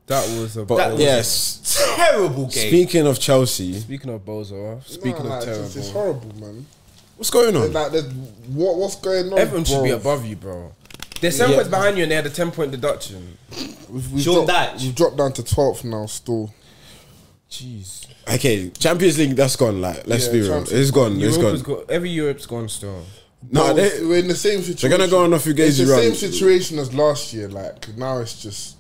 Speaker 5: that was a.
Speaker 1: But
Speaker 5: That was
Speaker 1: yes,
Speaker 4: terrible game.
Speaker 1: speaking of Chelsea,
Speaker 5: Speaking of bozo, speaking
Speaker 2: Speaking nah,
Speaker 5: of
Speaker 2: of
Speaker 5: terrible,
Speaker 2: it's, it's horrible, man.
Speaker 1: what's going on?
Speaker 2: Like, there's- what, what's going on?
Speaker 5: Everyone should
Speaker 2: bro?
Speaker 5: be above you, bro. They're seven
Speaker 1: Yeah.
Speaker 5: points behind you, and they had a ten point deduction.
Speaker 2: We've, we've,
Speaker 4: Sean
Speaker 2: dropped,
Speaker 4: Dyche.
Speaker 2: we've dropped down to 12th now, still.
Speaker 5: Jeez,
Speaker 1: Okay, Champions League, that's gone. Like, let's
Speaker 2: Yeah,
Speaker 1: be real,
Speaker 2: Champions-
Speaker 1: it's gone. It's
Speaker 5: Europe's
Speaker 1: gone.
Speaker 5: got every Europe's gone still.
Speaker 1: No,
Speaker 2: Bro,
Speaker 1: they,
Speaker 2: we're in the same situation.
Speaker 1: gonna go on a Fugazi
Speaker 2: It's the
Speaker 1: run.
Speaker 2: same situation as last year. Like now, it's just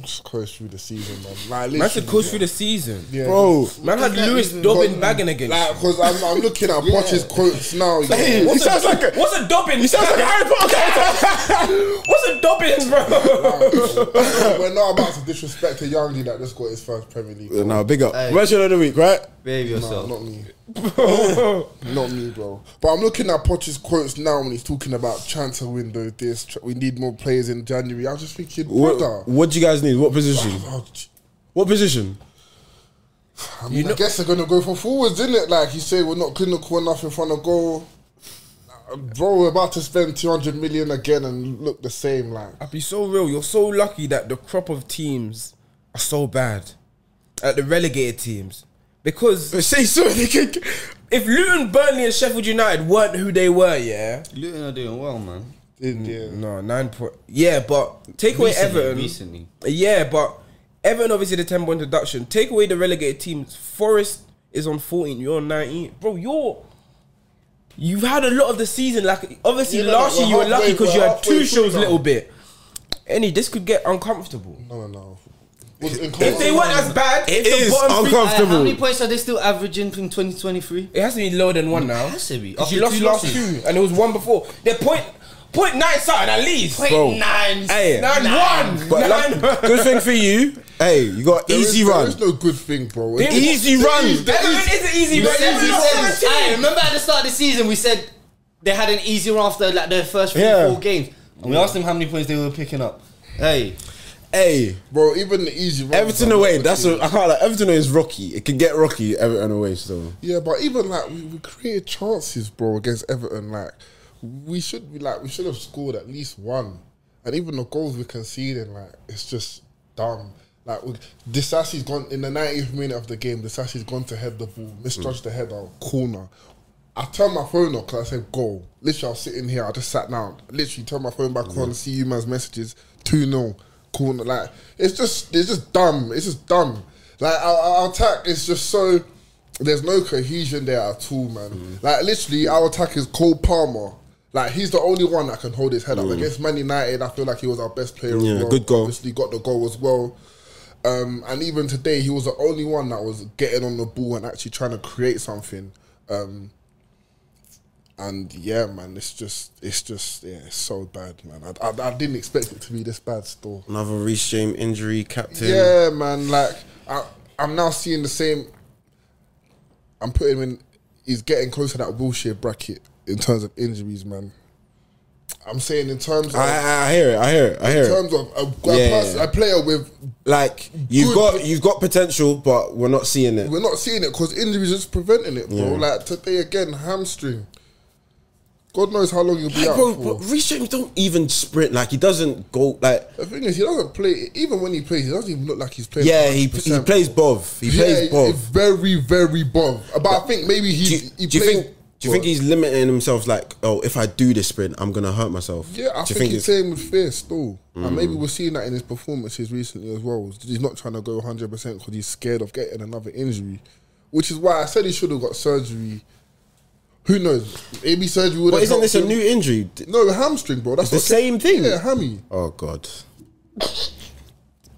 Speaker 2: Just coast through the season, man. Like,
Speaker 5: Man should
Speaker 2: literally,
Speaker 5: coach
Speaker 2: yeah.
Speaker 5: through the season.
Speaker 2: Yeah,
Speaker 1: Bro,
Speaker 5: Man had Lewis Dobbin bagging again.
Speaker 2: Like, because I'm, I'm looking at Poch's quotes now. Yeah.
Speaker 1: Same.
Speaker 5: What's
Speaker 1: He
Speaker 5: a,
Speaker 1: sounds like a-
Speaker 5: what's a Dobbin?
Speaker 1: he sounds like a Harry Potter
Speaker 5: character. what's a Dobbin, bro?
Speaker 2: We're not about to disrespect a young dude that just got his first Premier League.
Speaker 1: now
Speaker 2: goal.
Speaker 1: big up. Mention of the week, right?
Speaker 4: Behave
Speaker 2: Nah,
Speaker 4: yourself.
Speaker 2: not me. not me, bro. But I'm looking at Poch's quotes now when he's talking about transfer window. This tr- we need more players in January. I'm just thinking,
Speaker 1: What,
Speaker 2: brother.
Speaker 1: what do you guys need? What position?
Speaker 2: Oh, j-
Speaker 1: What position?
Speaker 2: I mean, I guess they're gonna go for forwards, isn't it? Like you say, we're not clinical enough in front of goal. Uh, Bro, we're about to spend 200 million again and look the same. Like,
Speaker 5: I'll be so real. You're so lucky that the crop of teams are so bad. At the relegated teams. Because
Speaker 1: Say so. They can,
Speaker 5: if Luton, Burnley, and Sheffield United weren't who they were, yeah.
Speaker 4: Luton are doing well, man.
Speaker 2: yeah.
Speaker 5: No, nine point. Yeah, but take away
Speaker 4: Recently,
Speaker 5: Everton.
Speaker 4: recently.
Speaker 5: Yeah, but Everton obviously the 10 point deduction. Take away the relegated teams. Forest is on 14, you're on 19. Bro, you're. You've had a lot of the season. Like, obviously,
Speaker 2: Yeah, no, no,
Speaker 5: last year
Speaker 2: we're
Speaker 5: you were lucky
Speaker 2: halfway-
Speaker 5: because
Speaker 2: we're
Speaker 5: you had
Speaker 2: halfway
Speaker 5: two
Speaker 2: through
Speaker 5: shows a
Speaker 2: now.
Speaker 5: little bit. Any, this could get uncomfortable.
Speaker 2: No, no.
Speaker 5: If they weren't as bad,
Speaker 1: It
Speaker 5: if the
Speaker 1: is
Speaker 5: bottom three-
Speaker 1: uncomfortable.
Speaker 4: Uh, how many points are they still averaging from 2023?
Speaker 5: It has to be lower than one now.
Speaker 4: has to be.
Speaker 5: 'Cause
Speaker 4: After
Speaker 5: you lost
Speaker 4: two
Speaker 5: last two,
Speaker 4: losses.
Speaker 5: and it was one before. They're point point nine something at least.
Speaker 1: Bro.
Speaker 4: nine.
Speaker 1: Hey.
Speaker 5: Nine, one.
Speaker 1: but
Speaker 5: nine,
Speaker 1: like, good thing for you. Hey, you got
Speaker 2: There
Speaker 1: easy
Speaker 2: is-
Speaker 1: run.
Speaker 2: There is no good thing, bro.
Speaker 5: There is-
Speaker 1: easy
Speaker 2: There
Speaker 1: run.
Speaker 2: is- there
Speaker 5: Everton
Speaker 2: is-
Speaker 5: is an easy
Speaker 2: there
Speaker 5: run.
Speaker 2: is-
Speaker 5: Everton
Speaker 2: there
Speaker 5: are
Speaker 2: is-
Speaker 5: seventeen.
Speaker 4: Hey, remember at the start of the season we said they had an easy run after like their first three
Speaker 1: Yeah.
Speaker 4: four games, and we asked them how many points they were picking up. Hey,
Speaker 1: Hey,
Speaker 2: Bro, even the easy run.
Speaker 1: Everton away. That's what I can't. Like, Everton away is rocky. It can get rocky. Everton away. So
Speaker 2: Yeah, but even like we, we created chances, bro, against Everton. Like we should be like we should have scored at least one, and even the goals we're conceding, like it's just dumb. Like we- Disasi's gone in the 90th minute of the game. Disasi's gone to head the ball, misjudged the header, corner. I turned my phone off because I said goal. Literally, I was sitting here. I just sat down. Literally, turned my phone back on. See you man's messages. Two 0 corner. Like it's just it's just dumb. It's just dumb. Like our, our attack is just so there's no cohesion there at all, man.
Speaker 1: Mm.
Speaker 2: Like literally, our attack is Cole Palmer. Like he's the only one that can hold his head up against Man United. I feel like he was our best player.
Speaker 1: Mm. Yeah,
Speaker 2: as well.
Speaker 1: good goal.
Speaker 2: Obviously, got the goal as well. Um, and even today, he was the only one that was getting on the ball and actually trying to create something. Um, and yeah, man, it's just, it's just, yeah, it's so bad, man. I, I, I didn't expect it to be this bad, still.
Speaker 1: another Reece James injury, captain.
Speaker 2: Yeah, man. Like I, I'm now seeing the same. I'm putting him in. He's getting closer to that Wilshire bracket in terms of injuries, man. I'm saying in terms of
Speaker 1: I, I- I hear it. I hear it. I hear
Speaker 2: in
Speaker 1: it.
Speaker 2: terms of a, a,
Speaker 1: Yeah.
Speaker 2: person- a player with.
Speaker 1: like you've
Speaker 2: Good.
Speaker 1: got you've got potential, but we're not seeing it.
Speaker 2: We're not seeing it because injuries is preventing it, bro. Like today again, hamstring. God knows how long he'll be
Speaker 1: Like,
Speaker 2: out
Speaker 1: bro,
Speaker 2: for.
Speaker 1: but Reece James don't even sprint. Like he doesn't go. Like
Speaker 2: the thing is, he doesn't play. Even when he plays, he doesn't even look like he's playing.
Speaker 1: yeah, he he
Speaker 2: 100%.
Speaker 1: plays both. He plays
Speaker 2: Yeah,
Speaker 1: both.
Speaker 2: Very, very both. But, I think maybe he.
Speaker 1: do you,
Speaker 2: he
Speaker 1: do you
Speaker 2: plays-
Speaker 1: think? Do you think
Speaker 2: What?
Speaker 1: he's limiting himself? Like, oh, if I do this sprint, I'm gonna hurt myself.
Speaker 2: Yeah, I
Speaker 1: do you Mm.
Speaker 2: think, he's
Speaker 1: it's-
Speaker 2: playing with fear still, and maybe we're seeing that in his performances recently as well. He's not trying to go 100 percent because he's scared of getting another injury, which is why I said he should have got surgery. Who knows? Maybe surgery would.
Speaker 1: But
Speaker 2: have
Speaker 1: isn't this a
Speaker 2: helped
Speaker 1: new
Speaker 2: him.
Speaker 1: injury? D-
Speaker 2: No, hamstring, bro. That's
Speaker 1: the
Speaker 2: what
Speaker 1: same thing.
Speaker 2: Yeah, hammy.
Speaker 1: Oh God.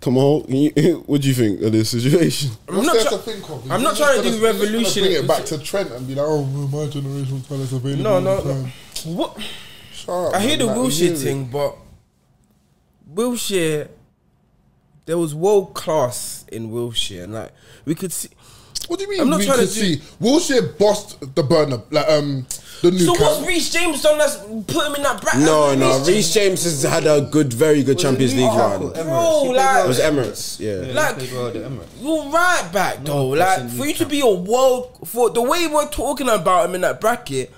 Speaker 1: Come on, you- what do you think of this situation?
Speaker 5: I'm
Speaker 2: What's
Speaker 5: not,
Speaker 2: there
Speaker 5: try-
Speaker 2: to think of?
Speaker 5: I'm
Speaker 2: He's
Speaker 5: not
Speaker 2: just
Speaker 5: trying to
Speaker 2: gonna-
Speaker 5: do
Speaker 2: he's just gonna
Speaker 5: revolution.
Speaker 2: Bring it back to Trent and be like, oh, well, my generation talent's available.
Speaker 5: No,
Speaker 2: all
Speaker 5: no,
Speaker 2: the
Speaker 5: no.
Speaker 2: time."
Speaker 5: What?
Speaker 2: Shut up,
Speaker 5: I hear
Speaker 2: man,
Speaker 5: the
Speaker 2: like,
Speaker 5: Wilshire
Speaker 2: really.
Speaker 5: thing, but Wilshire, there was world class in Wilshire, and like we could see.
Speaker 2: What do you mean?
Speaker 5: I'm not
Speaker 2: we
Speaker 5: trying to
Speaker 2: could
Speaker 5: do-
Speaker 2: see. Wilshire bossed the burner, like um, the new.
Speaker 5: So
Speaker 2: camp.
Speaker 5: what's Reece James done? That's put him in that bracket.
Speaker 1: No,
Speaker 5: Reece
Speaker 1: no.
Speaker 5: James-
Speaker 1: Reece James has had a good, very good Champions League run. It
Speaker 5: Bro, like,
Speaker 1: was Emirates. Yeah.
Speaker 5: like you're right back though. like for you to be a world for the way we're talking about him in that bracket,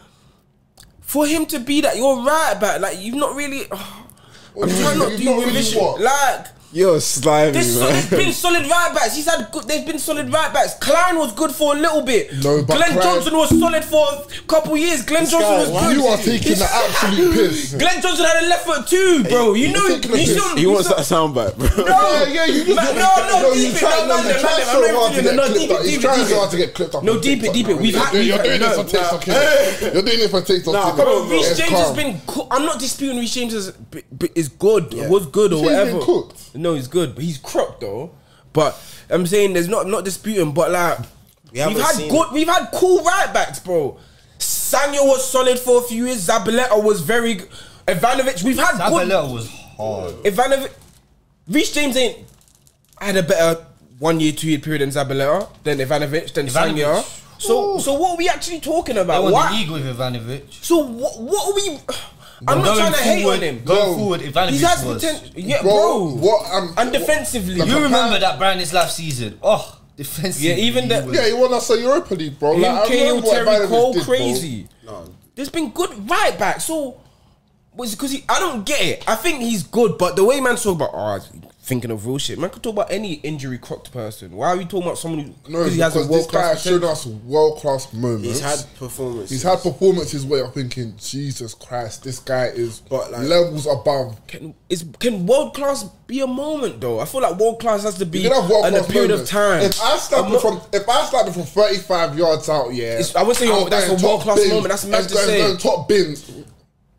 Speaker 5: for him to be that you're right back. Like you've not really. I'm
Speaker 2: do you mean?
Speaker 5: trying not to
Speaker 2: You've
Speaker 5: do
Speaker 2: not really
Speaker 5: revision.
Speaker 2: what?
Speaker 5: like.
Speaker 1: You're slimy,
Speaker 5: There's, so, there's been solid right backs. He's had good. There's been solid right backs. Klein was good for a little bit.
Speaker 2: No, but
Speaker 5: Glenn
Speaker 2: Klein-
Speaker 5: Johnson was solid for a couple years. Glenn Johnson was good.
Speaker 2: You are taking the absolute piss.
Speaker 5: Glenn Johnson had a left foot too, bro. You know,
Speaker 2: taking the
Speaker 5: you
Speaker 2: piss.
Speaker 5: shouldn't.
Speaker 1: He
Speaker 5: you
Speaker 1: wants that
Speaker 5: shouldn't-
Speaker 1: soundbite, bro.
Speaker 5: No,
Speaker 2: Yeah, yeah, you just-
Speaker 5: Ma- no, no,
Speaker 2: you
Speaker 5: deep it,
Speaker 2: try-
Speaker 5: no, man,
Speaker 2: you
Speaker 5: man,
Speaker 2: try
Speaker 5: man,
Speaker 2: so
Speaker 5: man,
Speaker 2: hard to
Speaker 5: man,
Speaker 2: get
Speaker 5: no,
Speaker 2: clipped
Speaker 5: deep it,
Speaker 2: up. He's
Speaker 5: deep it,
Speaker 2: trying
Speaker 5: deep
Speaker 2: so
Speaker 5: it.
Speaker 2: hard to get clipped up
Speaker 5: No,
Speaker 2: on
Speaker 5: deep it,
Speaker 2: TikTok,
Speaker 5: deep it.
Speaker 2: man.
Speaker 5: We've
Speaker 2: You're
Speaker 5: had-
Speaker 2: doing-
Speaker 5: we've
Speaker 2: You're
Speaker 5: had
Speaker 2: doing this for TikTok.
Speaker 5: enough.
Speaker 2: innit? You're doing it for TikTok.
Speaker 1: Nah,
Speaker 2: innit?
Speaker 1: come
Speaker 5: Bro,
Speaker 1: on,
Speaker 5: Reece
Speaker 2: It's
Speaker 5: James
Speaker 2: calm.
Speaker 5: has been. Co- I'm not disputing Reece James is, b- b- is good, or was good, or
Speaker 2: He's been
Speaker 5: whatever.
Speaker 2: cooked.
Speaker 5: No, he's good, but he's cropped though. But I'm saying there's not I'm not disputing, but like we have
Speaker 1: haven't
Speaker 5: had
Speaker 1: seen
Speaker 5: good, we've had cool right backs, bro. Sanyo was solid for a few years. Zabaleta was very. g- Ivanovic, we've had good.
Speaker 4: Zabaleta was hard.
Speaker 5: Ivanovic, Reece James ain't had a better one year, two year period than Zabaleta, then Ivanovic, then
Speaker 4: Ivanovic.
Speaker 5: Sanya. So, so what are we actually talking
Speaker 4: I
Speaker 5: about?
Speaker 4: won
Speaker 5: What?
Speaker 4: the league with Ivanovic.
Speaker 5: So what? What are we? I'm not
Speaker 4: Going
Speaker 5: trying to hate
Speaker 4: forward-
Speaker 5: on him.
Speaker 4: Going
Speaker 2: No.
Speaker 4: forward, Ivanovic
Speaker 5: He has
Speaker 4: was.
Speaker 5: potential. Yeah,
Speaker 2: Bro,
Speaker 5: bro.
Speaker 2: what, um,
Speaker 5: and
Speaker 2: what-
Speaker 5: defensively,
Speaker 2: Like
Speaker 5: you
Speaker 2: a-
Speaker 4: You remember
Speaker 2: Apparently-
Speaker 4: that Brandon's last season? Oh, defensive.
Speaker 5: Yeah, even that-
Speaker 2: Yeah, he won us a Europa League, bro. Like, I
Speaker 5: him, Cahill,
Speaker 2: remember what
Speaker 5: Terry
Speaker 2: Ivanovic
Speaker 5: Cole,
Speaker 2: did, bro.
Speaker 5: crazy. There's been good right back. So was because he. I don't get it. I think he's good, but the way man talk about oh, he's thinking of real shit. Man could talk about any injury crocked person. Why are we talking about someone who?
Speaker 2: No, because
Speaker 5: he has a
Speaker 2: this
Speaker 5: world
Speaker 2: guy
Speaker 5: class.
Speaker 2: has showed us world class moments.
Speaker 1: He's had performances.
Speaker 2: He's had performances where you're thinking, Jesus Christ, this guy is
Speaker 1: But, like-
Speaker 2: levels above.
Speaker 5: Can, is, can world class be a moment though? I feel like world class has to be
Speaker 2: You can have world
Speaker 5: in a
Speaker 2: class
Speaker 5: period
Speaker 2: moments.
Speaker 5: of time.
Speaker 2: If I
Speaker 5: I'm
Speaker 2: started
Speaker 5: not-
Speaker 2: from if I started from 35 yards out, yeah,
Speaker 5: It's- I would say, yo,
Speaker 2: I'm
Speaker 5: that's
Speaker 2: going
Speaker 5: a world
Speaker 2: top
Speaker 5: class
Speaker 2: bins.
Speaker 5: moment. That's mad
Speaker 2: It's
Speaker 5: to
Speaker 2: going-
Speaker 5: say.
Speaker 2: going Top bins.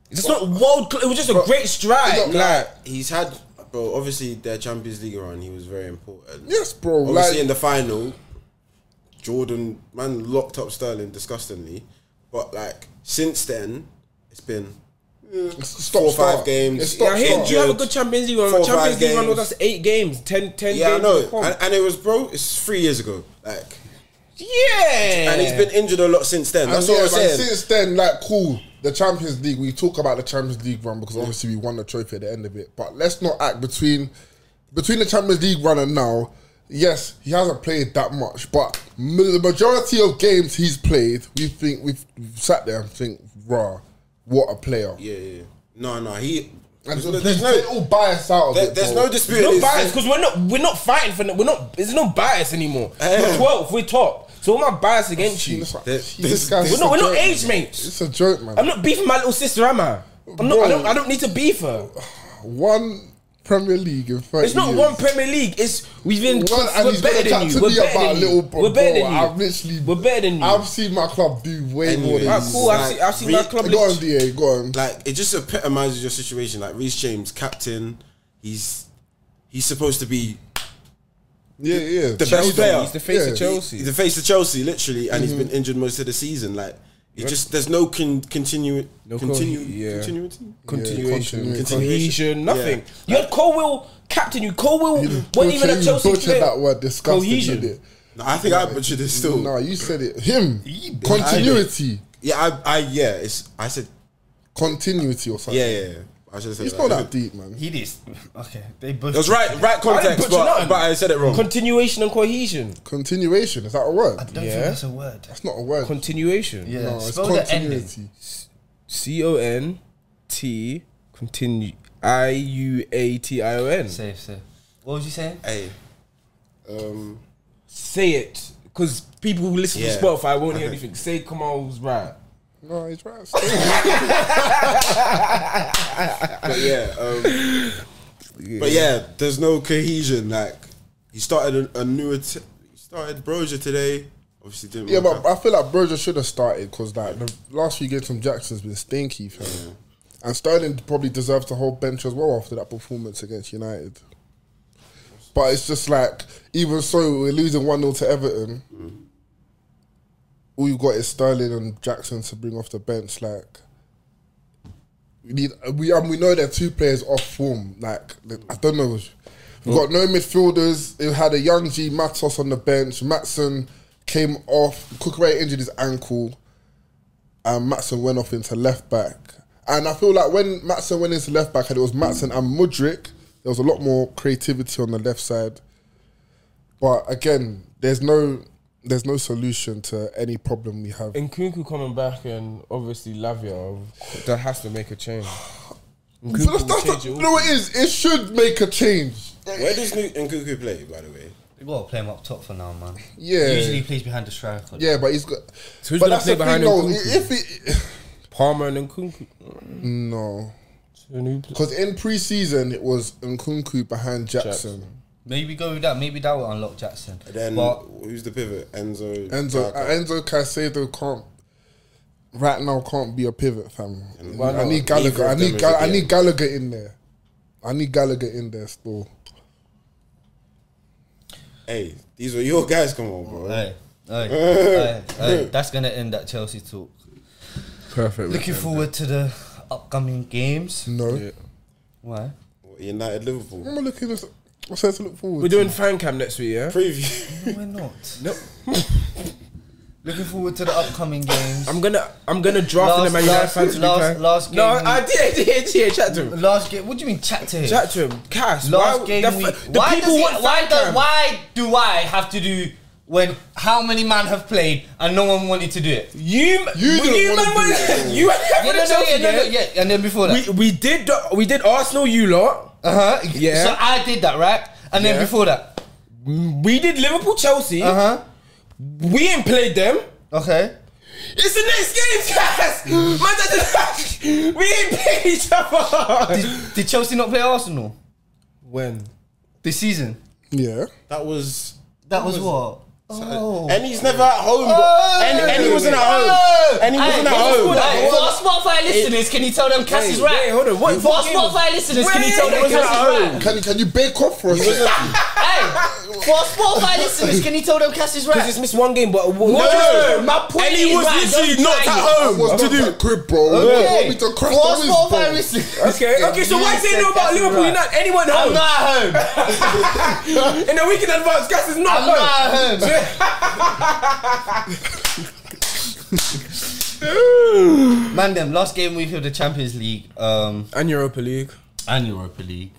Speaker 5: It's not world. cla- It was just a great stride.
Speaker 2: Look,
Speaker 5: Like
Speaker 1: He's had, bro. Obviously, their Champions League run, he was very important.
Speaker 2: Yes, bro.
Speaker 1: Obviously,
Speaker 2: Like,
Speaker 1: in the final, Jordan man locked up Sterling disgustingly. But like since then, it's been
Speaker 2: stop,
Speaker 1: four or five
Speaker 2: start.
Speaker 1: games.
Speaker 2: It's stop,
Speaker 5: Yeah, here,
Speaker 2: start.
Speaker 5: do you have a good Champions League run?
Speaker 1: Four,
Speaker 5: Champions
Speaker 1: five
Speaker 5: League run was
Speaker 1: games.
Speaker 5: us eight games, ten, ten
Speaker 1: yeah, I
Speaker 5: games.
Speaker 1: know.
Speaker 5: in comp.
Speaker 1: And, and it was bro. It's three years ago. Like,
Speaker 5: yeah,
Speaker 1: and he's been injured a lot since then.
Speaker 2: And
Speaker 1: That's
Speaker 2: yeah,
Speaker 1: what I'm
Speaker 2: man,
Speaker 1: saying.
Speaker 2: since then, like, cool. The Champions League, we talk about the Champions League run because obviously we won the trophy at the end of it. But let's not act between between the Champions League run and now. Yes, he hasn't played that much, but m- the majority of games he's played, we think we've sat there and think, "Raw, what a player!"
Speaker 1: Yeah, yeah. No, no. He.
Speaker 2: And
Speaker 1: There's,
Speaker 2: so
Speaker 1: no-
Speaker 2: there's
Speaker 1: there's
Speaker 2: no
Speaker 1: no.
Speaker 2: little bias out of
Speaker 1: there-
Speaker 2: it.
Speaker 1: there's
Speaker 2: bro.
Speaker 1: no dispute.
Speaker 5: no
Speaker 1: It's-
Speaker 5: bias because we're not we're not fighting for no, we're not. There's no bias anymore. We're twelve. We're top. So what am I biased against you?
Speaker 2: It's like,
Speaker 1: There-
Speaker 2: this
Speaker 1: there's-
Speaker 2: guy's
Speaker 5: We're not we're
Speaker 2: a
Speaker 5: not
Speaker 2: joke.
Speaker 5: age mates.
Speaker 2: It's a joke, man.
Speaker 5: I'm not beefing my little sister, am I? I'm not. I
Speaker 2: Bro.
Speaker 5: don't. I don't need to beef her.
Speaker 2: one Premier League in thirty
Speaker 5: It's not
Speaker 2: years.
Speaker 5: one Premier League. It's we've been.
Speaker 2: Well, and
Speaker 5: we're
Speaker 2: he's gonna
Speaker 5: better
Speaker 2: chat
Speaker 5: than you.
Speaker 2: to
Speaker 5: We're
Speaker 2: me
Speaker 5: better
Speaker 2: about
Speaker 5: than you.
Speaker 2: little bro.
Speaker 5: We're better
Speaker 2: bro,
Speaker 5: than
Speaker 2: I've
Speaker 5: you.
Speaker 2: literally,
Speaker 5: We're better than you.
Speaker 2: I've seen my club do way more
Speaker 1: Anyway.
Speaker 2: than
Speaker 5: Ah,
Speaker 2: you.
Speaker 5: cool. I've
Speaker 1: Like,
Speaker 5: seen. I've seen
Speaker 1: re-
Speaker 5: my club.
Speaker 2: Go on, DA. Go on.
Speaker 1: like it just epitomizes your situation. Like Reece James, captain, he's he's supposed to be
Speaker 2: yeah, yeah.
Speaker 1: the best player.
Speaker 5: He's the face
Speaker 2: Yeah.
Speaker 5: of Chelsea. Mhm.
Speaker 1: He's the face of Chelsea, literally, and he's been injured most of the season. Like it just there's no con- continu-
Speaker 5: No co-
Speaker 1: continu-
Speaker 5: yeah.
Speaker 1: continuity
Speaker 5: continuation,
Speaker 2: continuation.
Speaker 5: cohesion, nothing.
Speaker 1: Yeah.
Speaker 5: You had Colwell captain you. Colwell wasn't even a
Speaker 2: You
Speaker 5: Chelsea
Speaker 2: butchered
Speaker 5: player.
Speaker 2: that word disgusting.
Speaker 5: Cohesion.
Speaker 2: didn't
Speaker 1: No, I think I butchered it
Speaker 2: it?
Speaker 1: still.
Speaker 2: No, you said it. Him. Continuity.
Speaker 1: Yeah, I, I yeah, it's I said
Speaker 2: Continuity or something.
Speaker 1: yeah, yeah. yeah. I should have said
Speaker 2: It's
Speaker 1: that.
Speaker 2: not that deep, man.
Speaker 4: He did. Okay, they both.
Speaker 1: It was right, right context,
Speaker 5: butcher
Speaker 1: but,
Speaker 5: nothing.
Speaker 1: but I said it wrong.
Speaker 5: Continuation and cohesion.
Speaker 2: Continuation. Is that a word?
Speaker 4: I don't
Speaker 5: Yeah.
Speaker 4: think that's a word.
Speaker 2: It's not a word.
Speaker 5: Continuation.
Speaker 4: Yeah,
Speaker 2: no, it's
Speaker 4: spell the ending.
Speaker 2: continuity.
Speaker 5: C O N T continue I U A T I O N.
Speaker 4: Safe, safe. What was you saying?
Speaker 1: hey, um,
Speaker 5: Say it, because people who listen
Speaker 1: Yeah.
Speaker 5: to Spotify won't hear anything. Say Kamal's right.
Speaker 2: No, he's right. Still.
Speaker 1: but yeah, um, but yeah, there's no cohesion. Like he started a, a new, att- he started Brozier today. Obviously didn't.
Speaker 2: yeah,
Speaker 1: work
Speaker 2: but
Speaker 1: out.
Speaker 2: I feel like Broja should have started because like the last few games from Jackson's been stinky, fam. And Sterling probably deserved the whole bench as well after that performance against United. But it's just like, even so, we're losing 1 0 to Everton. All you've got is Sterling and Jackson to bring off the bench. Like, we need, we, and we know they're two players off form. Like, I don't know. We've got no midfielders. It had a young G Matos on the bench. Matson came off. Kukurei injured his ankle. And Matson went off into left back. And I feel like when Matson went into left back and it was Matson and Mudrick, there was a lot more creativity on the left side. But again, there's no there's no solution to any problem we have.
Speaker 5: And Kunku coming back, and obviously Lavia, that has to make a change.
Speaker 2: So that's, that's
Speaker 5: change
Speaker 2: the-
Speaker 5: it all.
Speaker 2: no, it is. It should make a change.
Speaker 1: Where does New Nkuku play, by the way?
Speaker 4: We gotta play him up top for now, man.
Speaker 2: Yeah.
Speaker 4: Usually he plays behind the striker.
Speaker 2: Yeah, but he's got.
Speaker 5: So who's
Speaker 2: but
Speaker 5: gonna
Speaker 2: that's
Speaker 5: play
Speaker 2: the thing,
Speaker 5: behind
Speaker 2: though.
Speaker 5: Nkunku?
Speaker 2: If it,
Speaker 5: Palmer and Kunku.
Speaker 2: no, because in pre-season it was Nkunku behind Jackson.
Speaker 4: Maybe go with that. Maybe that will unlock Jackson.
Speaker 1: And then
Speaker 4: but
Speaker 1: who's the pivot? Enzo. uh,
Speaker 2: Enzo uh,
Speaker 1: Kaka.
Speaker 2: Enzo Caicedo can't right now can't be a pivot, fam.
Speaker 5: Why
Speaker 2: I
Speaker 5: not?
Speaker 2: need Gallagher.
Speaker 1: Neither
Speaker 2: I
Speaker 1: of them
Speaker 2: need
Speaker 1: is
Speaker 2: Gall-
Speaker 1: a
Speaker 2: I
Speaker 1: DM.
Speaker 2: need Gallagher in there. I need Gallagher in there still.
Speaker 1: Hey, these were your guys. Come on, bro.
Speaker 4: Aye, aye, aye, aye. That's gonna end that Chelsea talk.
Speaker 5: Perfect.
Speaker 4: Looking forward to the upcoming games.
Speaker 2: No.
Speaker 4: Why?
Speaker 1: United Liverpool
Speaker 2: I'm looking at what's there to look forward
Speaker 5: We're doing fan cam next week, yeah?
Speaker 1: preview.
Speaker 4: No, we're not. Nope. Looking forward to the upcoming games.
Speaker 5: I'm gonna I'm gonna draft
Speaker 4: Last-
Speaker 5: in the Man United
Speaker 4: last-
Speaker 5: fan to be
Speaker 4: last-
Speaker 5: fan.
Speaker 4: last
Speaker 5: No,
Speaker 4: game
Speaker 5: I did, I did, I did. Chat to him.
Speaker 4: Last game. What do you mean chat to him?
Speaker 5: Chat to him. Cass.
Speaker 4: Last
Speaker 5: why,
Speaker 4: game
Speaker 5: the,
Speaker 4: week.
Speaker 5: fa- the
Speaker 4: why
Speaker 5: people
Speaker 4: does he-
Speaker 5: want
Speaker 4: why
Speaker 5: fan
Speaker 4: does
Speaker 5: cam.
Speaker 4: why do I have to do when how many man have played and no one wanted to do it?
Speaker 5: You, you,
Speaker 2: didn't
Speaker 5: you,
Speaker 2: wanna
Speaker 5: man,
Speaker 2: do
Speaker 5: was- you had
Speaker 4: Yeah, no,
Speaker 5: the
Speaker 4: no,
Speaker 5: Chelsea
Speaker 4: yeah, no, no,
Speaker 5: game.
Speaker 4: yeah, and then before that,
Speaker 5: We we did the- we did Arsenal. You lot.
Speaker 4: uh huh,
Speaker 5: Yeah.
Speaker 4: So I did that, right? And then
Speaker 5: Yeah.
Speaker 4: before that,
Speaker 5: We did Liverpool Chelsea.
Speaker 4: uh huh,
Speaker 5: We ain't played them.
Speaker 4: okay.
Speaker 5: It's the next game, guys. Man, we ain't played each other.
Speaker 4: Did, did Chelsea not play Arsenal
Speaker 5: When?
Speaker 4: this season?
Speaker 2: to. Yeah.
Speaker 1: That was. uh,
Speaker 4: That was what. Oh.
Speaker 1: And he's never at home.
Speaker 4: Oh.
Speaker 1: and, and he wasn't at home. And he
Speaker 4: Hey,
Speaker 1: wasn't at
Speaker 4: what's
Speaker 1: home.
Speaker 4: good? Hey, for our Spotify listeners, can you tell them Cass is
Speaker 5: Wait,
Speaker 4: right?
Speaker 5: wait, hold on. What-
Speaker 4: for our
Speaker 5: what game was-
Speaker 4: Spotify listeners, can you
Speaker 5: Wait,
Speaker 4: tell them
Speaker 5: wait,
Speaker 4: Cass
Speaker 5: wait,
Speaker 4: is right?
Speaker 2: Can, can you bake off for us?
Speaker 4: Hey, for our Spotify listeners, can you tell them Cass is
Speaker 5: Because
Speaker 4: right?
Speaker 5: it's missed one game, but
Speaker 1: No,
Speaker 5: my
Speaker 1: and he was
Speaker 4: right,
Speaker 1: literally
Speaker 4: don't
Speaker 1: not
Speaker 4: try
Speaker 1: at
Speaker 2: I
Speaker 4: it.
Speaker 1: home
Speaker 2: was
Speaker 1: to
Speaker 2: not
Speaker 1: do.
Speaker 2: that quick, bro. You want me to crush
Speaker 4: For
Speaker 2: the
Speaker 4: our
Speaker 2: whiz,
Speaker 4: Spotify
Speaker 2: bro?
Speaker 4: listeners.
Speaker 5: Okay, okay. So
Speaker 4: You
Speaker 5: why they
Speaker 4: said
Speaker 5: know
Speaker 4: Cass
Speaker 5: about
Speaker 4: is
Speaker 5: Liverpool
Speaker 4: right.
Speaker 5: United? Anyone
Speaker 4: I'm
Speaker 5: home?
Speaker 4: not at home.
Speaker 5: In the weekend advance, Gas is
Speaker 4: I'm
Speaker 5: not home.
Speaker 4: not at home. Man, them last game week of the Champions League um,
Speaker 5: And Europa League.
Speaker 4: and Europa League,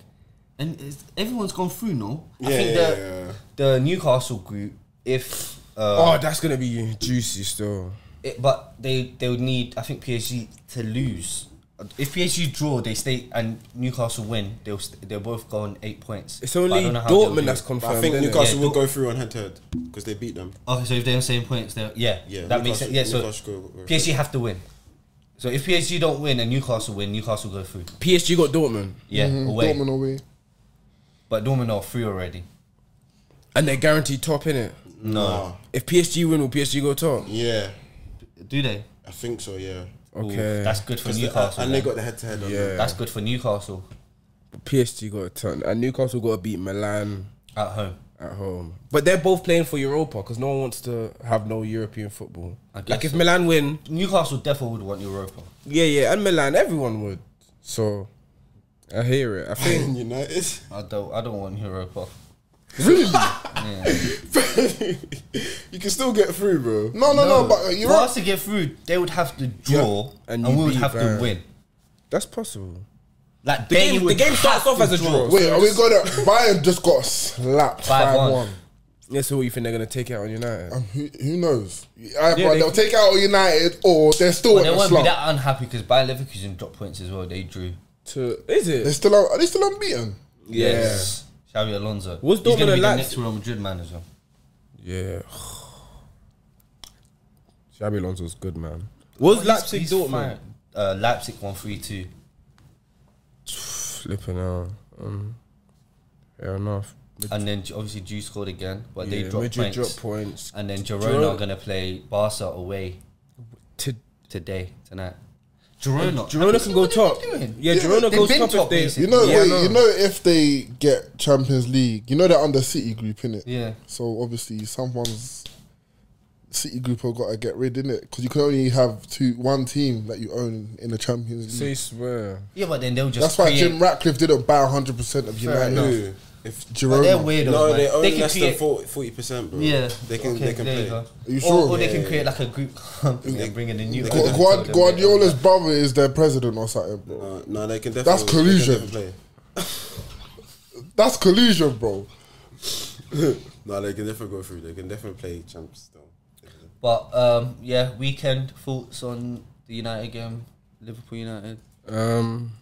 Speaker 4: and it's, everyone's gone through. No, I
Speaker 1: Yeah, yeah,
Speaker 4: think the the Newcastle group, if uh,
Speaker 5: Oh, that's gonna be juicy still.
Speaker 4: it, but they they would need I think PSG to lose. If PSG draw, they stay and Newcastle win. They'll st- they'll both go on eight points.
Speaker 5: It's
Speaker 4: But I
Speaker 5: only
Speaker 4: don't know how they'll do
Speaker 5: Dortmund that's
Speaker 4: it.
Speaker 5: confirmed.
Speaker 1: But I think
Speaker 5: innit?
Speaker 1: Newcastle
Speaker 4: Yeah,
Speaker 1: will go through on head to head because they beat them.
Speaker 4: Okay, so if they're on the same points, they're yeah,
Speaker 1: Yeah,
Speaker 4: that makes sense.
Speaker 1: Newcastle-
Speaker 4: Yeah, so
Speaker 1: Newcastle go- go-
Speaker 4: PSG have to win. So if PSG don't win and Newcastle win, Newcastle go through.
Speaker 5: PSG got Mm-hmm. Dortmund,
Speaker 4: Yeah, away.
Speaker 2: Dortmund away.
Speaker 4: But Dortmund are through already.
Speaker 5: and they're guaranteed top in it.
Speaker 1: No.
Speaker 5: If PSG win, will PSG go top?
Speaker 1: Yeah,
Speaker 4: Do they?
Speaker 1: I think so. Yeah.
Speaker 4: Ooh,
Speaker 5: Okay,
Speaker 4: that's good for
Speaker 1: 'Cause they-
Speaker 4: Newcastle.
Speaker 1: and they
Speaker 4: then.
Speaker 1: got the head to head.
Speaker 5: yeah.
Speaker 4: that's good for Newcastle
Speaker 5: PSG got a ton, and Newcastle got to beat Milan
Speaker 4: at home.
Speaker 5: at home. But they're both playing for Europa because no one wants to have no European football.
Speaker 4: I guess
Speaker 5: Like if
Speaker 4: so.
Speaker 5: Milan win,
Speaker 4: Newcastle definitely would want Europa.
Speaker 5: yeah, yeah, and Milan, everyone would. So I hear it. I think
Speaker 1: United.
Speaker 4: I don't. I don't want Europa.
Speaker 1: you can still get through, bro.
Speaker 2: No, no, no. But uh,
Speaker 4: for
Speaker 2: Europe,
Speaker 4: us to get through, they would have to draw,
Speaker 5: Yeah, and
Speaker 4: and,
Speaker 5: you
Speaker 4: we would
Speaker 5: beat
Speaker 4: have
Speaker 5: Bayern.
Speaker 4: to win.
Speaker 5: that's possible.
Speaker 4: Like
Speaker 5: The
Speaker 4: they
Speaker 5: game, the
Speaker 4: would
Speaker 5: game starts
Speaker 4: have
Speaker 5: off
Speaker 4: to
Speaker 5: as a draw.
Speaker 2: wait, are we gonna? Bayern just got slapped
Speaker 4: Five
Speaker 2: five
Speaker 4: one.
Speaker 2: one.
Speaker 5: Yeah, so what you think they're gonna take out on United?
Speaker 2: Um, who, who knows? Either
Speaker 5: Yeah, they-
Speaker 2: they'll take out United or they're still
Speaker 4: But
Speaker 2: in
Speaker 4: they
Speaker 2: the
Speaker 4: won't be
Speaker 2: slump.
Speaker 4: that unhappy because Bayer Leverkusen dropped points as well. They drew.
Speaker 5: to is
Speaker 2: They're
Speaker 5: it?
Speaker 2: still un- are they still unbeaten?
Speaker 4: Yes. Xavi Alonso.
Speaker 5: What's
Speaker 4: He's
Speaker 5: Dortmund
Speaker 4: gonna be the
Speaker 5: like?
Speaker 4: next Real Madrid man as well.
Speaker 5: Yeah. Xabi Alonso's good man. Was Leipzig
Speaker 4: He's
Speaker 5: Dortmund
Speaker 4: fine. Uh, Leipzig one three two.
Speaker 5: flipping out? Um, fair enough.
Speaker 4: And then Ju- obviously Juve scored again, but they
Speaker 5: Yeah,
Speaker 4: dropped
Speaker 5: Madrid
Speaker 4: points.
Speaker 5: drop points.
Speaker 4: And then
Speaker 5: Girona-
Speaker 4: Girona, are going to play Barca away
Speaker 5: To
Speaker 4: today, tonight. Girona.
Speaker 5: Girona can go top. Yeah,
Speaker 2: Yeah,
Speaker 5: Girona
Speaker 4: they've
Speaker 5: goes
Speaker 4: been
Speaker 5: top
Speaker 4: top,
Speaker 5: if they.
Speaker 4: basically.
Speaker 2: You know,
Speaker 5: Yeah, I
Speaker 2: wait, you know, if they get Champions League, you know they're under City Group, innit?
Speaker 4: Yeah.
Speaker 2: So obviously, someone's City Group have got to get rid, innit? Because you can only have two, one team that you own in the Champions League.
Speaker 5: Say swear.
Speaker 4: Yeah, but then they'll just.
Speaker 2: That's why
Speaker 4: create-
Speaker 2: Jim Ratcliffe didn't buy 100 percent of
Speaker 4: Fair
Speaker 2: United.
Speaker 1: Who? If
Speaker 4: But they're
Speaker 2: Jerome,
Speaker 4: weirdos.
Speaker 1: no,
Speaker 4: man.
Speaker 1: they own
Speaker 4: can
Speaker 1: less than
Speaker 4: create-
Speaker 1: 40 percent, bro.
Speaker 4: Yeah,
Speaker 1: they can.
Speaker 4: Okay,
Speaker 1: they can
Speaker 4: there
Speaker 1: play.
Speaker 4: you go.
Speaker 2: Are you
Speaker 4: or,
Speaker 2: sure?
Speaker 4: or they can create like a group company and bring in a new.
Speaker 2: Gu- Guard- Guardiola's brother is their president or something, bro.
Speaker 1: No, no, they can definitely.
Speaker 2: That's
Speaker 1: they can
Speaker 2: collusion.
Speaker 1: definitely play.
Speaker 2: That's collusion, bro.
Speaker 1: No, they can definitely go through. They can definitely play champs though.
Speaker 4: But um, yeah, weekend thoughts on the United game, Liverpool United.
Speaker 5: Um,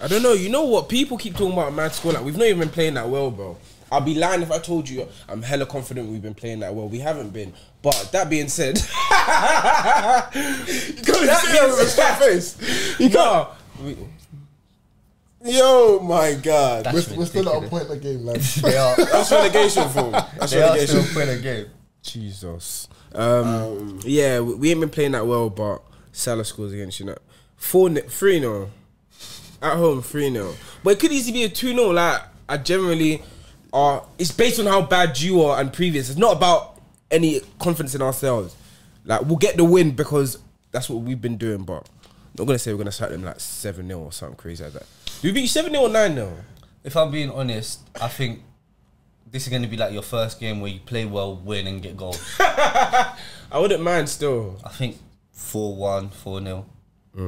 Speaker 5: I don't know. You know what? People keep talking about mad score. Like we've not even been playing that well, bro. I'll be lying if I told you I'm hella confident we've been playing that well. We haven't been. But that being said, that being said, face. You can't. We,
Speaker 1: Yo, my God!
Speaker 4: That's
Speaker 2: We're, we're still at a
Speaker 4: ridiculous.
Speaker 2: point in the game, lad.
Speaker 4: They are.
Speaker 1: That's relegation form. That's
Speaker 4: they are still
Speaker 1: relegation.
Speaker 4: playing a game.
Speaker 5: Jesus. Um, yeah, we, we ain't been playing that well, but Salah scores against you know. Four ni- three nil. At home, three 0 But it could easily be a two 0 Like I generally are it's based on how bad you are and previous. It's not about any confidence in ourselves. Like we'll get the win because that's what we've been doing, but I'm not gonna say we're gonna sack them like seven 0 or something crazy like that. Do we beat seven 0 or nine 0
Speaker 4: If I'm being honest, I think this is going to be like your first game where you play well, win, and get goals.
Speaker 5: I wouldn't mind still.
Speaker 4: I think 4 1, 4 0.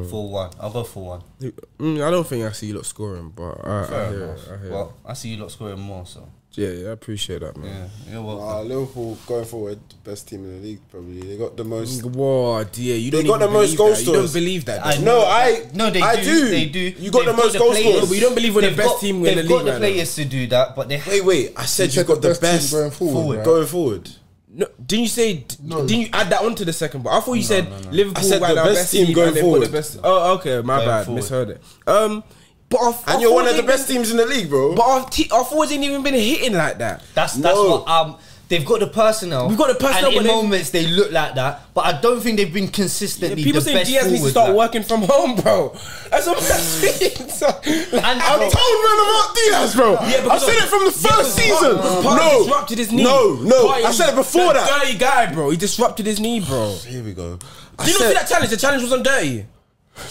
Speaker 4: 4 1. I'll go 4 1.
Speaker 5: Mm, I don't think I see you lot scoring, but I, I hear, it, I hear it.
Speaker 4: Well, I see you lot scoring more, so.
Speaker 5: yeah, yeah, I appreciate that, man.
Speaker 4: Yeah, you're welcome.
Speaker 1: Uh, Liverpool going forward, best team in the league probably. They got the most.
Speaker 4: Mm.
Speaker 5: Whoa, dear, you don't
Speaker 1: got
Speaker 5: even
Speaker 1: the most
Speaker 5: believe
Speaker 1: goal
Speaker 5: that. You don't
Speaker 1: scorers.
Speaker 5: believe that.
Speaker 4: I
Speaker 5: do you?
Speaker 1: No,
Speaker 4: know
Speaker 1: I-
Speaker 4: that. no, they
Speaker 1: I
Speaker 4: do.
Speaker 1: do.
Speaker 4: They do.
Speaker 1: You got the
Speaker 4: They've
Speaker 1: most
Speaker 4: got
Speaker 1: goal
Speaker 4: players.
Speaker 1: scorers. But
Speaker 5: you don't believe we're the
Speaker 4: They've
Speaker 5: best
Speaker 4: got-
Speaker 5: team in the
Speaker 4: They've
Speaker 5: league
Speaker 4: got
Speaker 5: right
Speaker 4: the
Speaker 5: now.
Speaker 4: players to do that, but they
Speaker 1: Wait, wait. I said you,
Speaker 2: said
Speaker 1: got the best,
Speaker 2: team going forward. right?
Speaker 1: going forward.
Speaker 5: No, didn't you say? d- Didn't you add that onto the second? But I thought you said Liverpool
Speaker 1: I said the
Speaker 5: right now
Speaker 1: best team
Speaker 5: and
Speaker 1: going
Speaker 5: they've got
Speaker 1: forward.
Speaker 5: The best, oh, okay, my
Speaker 4: Going
Speaker 5: bad,
Speaker 4: forward.
Speaker 5: misheard it. Um, but our,
Speaker 1: And
Speaker 5: our
Speaker 1: you're one
Speaker 5: forwards
Speaker 1: of the
Speaker 5: ain't
Speaker 1: best
Speaker 5: been-
Speaker 1: teams in the league, bro.
Speaker 5: But our, te- our forwards ain't even been hitting like that.
Speaker 4: That's that's
Speaker 1: No.
Speaker 4: what um they've got the personnel.
Speaker 5: We've got the personnel,
Speaker 4: And
Speaker 5: but
Speaker 4: in
Speaker 5: they-
Speaker 4: moments they look like that, but I don't think they've been consistently.
Speaker 5: People
Speaker 4: the
Speaker 5: saying
Speaker 4: best
Speaker 5: Diaz needs to
Speaker 4: forward
Speaker 5: start
Speaker 4: like-
Speaker 5: working from home, bro. That's what I'm saying. So, like,
Speaker 4: And-
Speaker 5: I
Speaker 1: I
Speaker 5: don't-
Speaker 1: told man about Diaz, bro.
Speaker 5: Yeah, because
Speaker 1: I said it from the
Speaker 5: yeah,
Speaker 1: first
Speaker 5: because
Speaker 1: season.
Speaker 5: Park- Park
Speaker 1: no,
Speaker 5: disrupted his knee.
Speaker 1: no, no.
Speaker 5: Park
Speaker 1: I said it
Speaker 5: is
Speaker 1: before
Speaker 5: a
Speaker 1: that.
Speaker 5: Dirty guy, bro. He disrupted his knee, bro.
Speaker 1: Here we go. I
Speaker 5: Did you not
Speaker 1: said-
Speaker 5: see that challenge? The challenge was on dirty.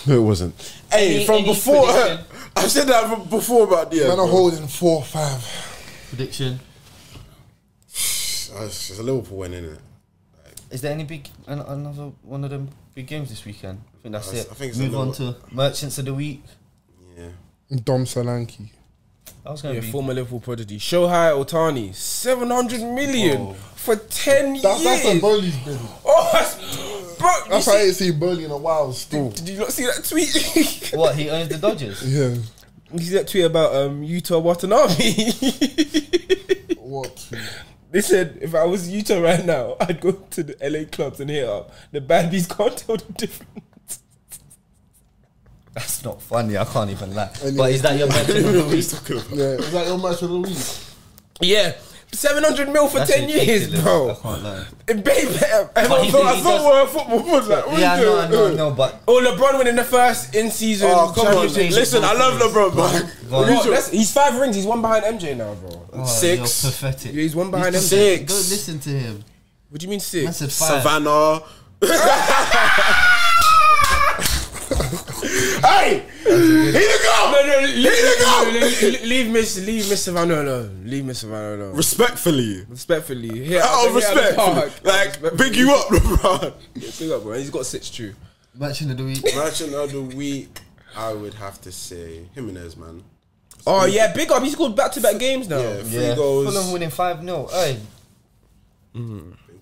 Speaker 1: No, it wasn't. Hey,
Speaker 4: Any-
Speaker 1: from
Speaker 4: any
Speaker 1: before,
Speaker 4: prediction?
Speaker 1: I said that from before about Diaz.
Speaker 2: Man
Speaker 1: bro.
Speaker 2: are holding four five.
Speaker 4: Prediction:
Speaker 1: Oh, It's just a Liverpool win, isn't it?
Speaker 4: Is there any big an- another one of them big games this weekend? I think that's
Speaker 1: I s-
Speaker 4: it.
Speaker 1: I think it's
Speaker 4: Move
Speaker 1: a
Speaker 4: on
Speaker 1: little-
Speaker 4: to merchants of the week.
Speaker 1: Yeah.
Speaker 2: Dom Solanke.
Speaker 4: I was going
Speaker 5: Yeah,
Speaker 4: to be.
Speaker 5: former Liverpool prodigy Shohei Otani, 700 million for 10
Speaker 2: That's
Speaker 5: years.
Speaker 2: that's a Burnley's been.
Speaker 5: oh, that's, bro, you
Speaker 2: That's
Speaker 5: see-
Speaker 2: why I ain't seen Burnley in a while still.
Speaker 5: did you not see that tweet? you
Speaker 4: What he owns the Dodgers?
Speaker 2: Yeah.
Speaker 5: see that tweet about um, Utah Watanabe?
Speaker 2: What?
Speaker 5: they said, if I was Utah right now, I'd go to the LA clubs and hit up. The bad bees can't tell the difference.
Speaker 4: That's not funny. I can't even lie.
Speaker 2: Anyway.
Speaker 4: But is that your
Speaker 1: I
Speaker 4: merchant?
Speaker 1: don't know what he's talking about.
Speaker 2: Yeah. Is that your match of the week?
Speaker 5: Yeah. 700 mil for
Speaker 4: That's
Speaker 5: 10 years,
Speaker 4: ridiculous.
Speaker 5: bro.
Speaker 4: I can't lie.
Speaker 5: Babe, I
Speaker 4: But he
Speaker 5: thought,
Speaker 4: did-
Speaker 5: I
Speaker 4: he
Speaker 5: thought
Speaker 4: does-
Speaker 5: we're a football was like, what
Speaker 4: Yeah,
Speaker 5: are you
Speaker 4: no,
Speaker 5: doing?
Speaker 4: no, no. But
Speaker 5: Oh, LeBron winning the first in season.
Speaker 1: Oh, come on.
Speaker 5: championship.
Speaker 1: Listen, I love LeBron, man.
Speaker 4: Go on.
Speaker 5: Bro, that's- he's five rings. He's one behind MJ now, bro.
Speaker 4: oh,
Speaker 1: Six.
Speaker 4: You're pathetic.
Speaker 5: Yeah, he's one behind
Speaker 4: He's
Speaker 5: them.
Speaker 4: pathetic.
Speaker 1: Six.
Speaker 4: Don't listen to him.
Speaker 5: What do you mean
Speaker 4: I
Speaker 5: six?
Speaker 4: said five.
Speaker 1: Savannah. hey! Here you
Speaker 5: No,
Speaker 1: go!
Speaker 5: no, leave,
Speaker 1: go!
Speaker 5: no, le- le- leave Miss, leave Miss Savannah alone. Leave Miss Savannah alone.
Speaker 1: Respectfully.
Speaker 5: Respectfully, here
Speaker 1: Out of
Speaker 5: here at the
Speaker 1: respect.
Speaker 5: park.
Speaker 1: Like, big you up, LeBron.
Speaker 5: Yeah, big up, bro. He's got six true.
Speaker 4: Merchant of the week.
Speaker 1: Merchant of the week, I would have to say Jimenez, man.
Speaker 5: Oh yeah, big up. He's scored back to back games now.
Speaker 1: Yeah, three
Speaker 4: Yeah. Fulham
Speaker 1: goals.
Speaker 4: winning 5 0. Hey,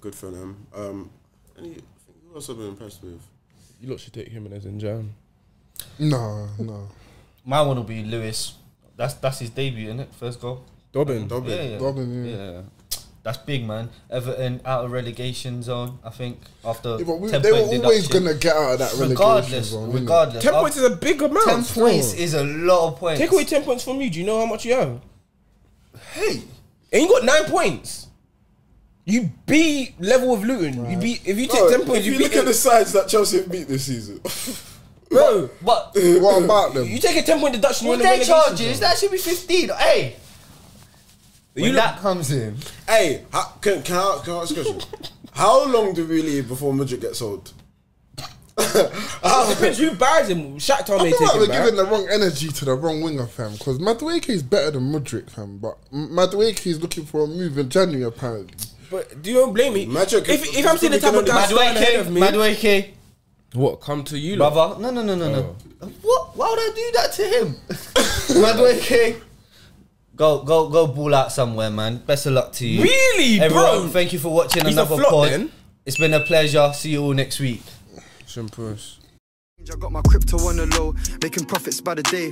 Speaker 1: Good for them. Um, and he- who else I've been impressed with?
Speaker 5: You lot should take him and as in jam.
Speaker 2: No, no.
Speaker 4: my one will be Lewis. That's that's his debut, isn't it? First goal.
Speaker 5: Dobbin.
Speaker 1: Dobby.
Speaker 4: yeah.
Speaker 2: Robin, yeah.
Speaker 4: Yeah. That's big, man. Everton out of relegation zone, I think, after.
Speaker 2: Yeah, but we,
Speaker 4: 10
Speaker 2: they were
Speaker 4: point
Speaker 2: always
Speaker 4: deduction.
Speaker 2: going to get out of that relegation
Speaker 4: Regardless,
Speaker 2: zone. innit?
Speaker 4: regardless.
Speaker 5: Ten
Speaker 4: af-
Speaker 5: points is a big amount.
Speaker 4: 10 points is a lot of points.
Speaker 5: Take away ten points from you. Do you know how much you have? Hey, and you got nine points. You be level with Luton. You be if you take
Speaker 1: No,
Speaker 5: ten points,
Speaker 1: if you,
Speaker 5: beat
Speaker 1: look at
Speaker 5: them.
Speaker 1: the sides that Chelsea have beat this season.
Speaker 5: bro.
Speaker 4: But
Speaker 2: What about them?
Speaker 5: You take a ten point deduction.
Speaker 4: with
Speaker 5: you're in
Speaker 4: their
Speaker 5: the
Speaker 4: charges,
Speaker 5: relegation
Speaker 4: that should be 15. Hey! When
Speaker 5: look-
Speaker 4: that comes in,
Speaker 1: hey, how, can, can, I, can I ask a question? How long do we leave before Madrid gets sold?
Speaker 5: zone. It depends who ah, buys him. Shakhtar
Speaker 2: I
Speaker 5: may
Speaker 2: feel
Speaker 5: take
Speaker 2: like
Speaker 5: him
Speaker 2: we're giving
Speaker 5: back.
Speaker 2: the wrong energy to the wrong winger, fam. Because Madueke is better than Mudrik, fam. But M- Madueke is looking for a move in January, apparently.
Speaker 5: But do you don't blame me?
Speaker 1: Magic-
Speaker 5: if, if I'm seeing the type of guy starting ahead
Speaker 4: Madueke,
Speaker 5: of me,
Speaker 4: Madueke,
Speaker 5: what come to you, love?
Speaker 4: brother. No, no, no, no,
Speaker 2: Oh.
Speaker 4: no. What? Why would I do that to him? Madueke, go, go, go! Ball out somewhere, man. Best of luck to you.
Speaker 5: Really,
Speaker 4: everyone.
Speaker 5: bro?
Speaker 4: Thank you for watching
Speaker 5: He's a
Speaker 4: another
Speaker 5: flop,
Speaker 4: pod.
Speaker 5: then.
Speaker 4: It's been a pleasure. See you all next week.
Speaker 5: Shimpush.
Speaker 3: I got my crypto on the low, making profits by the day.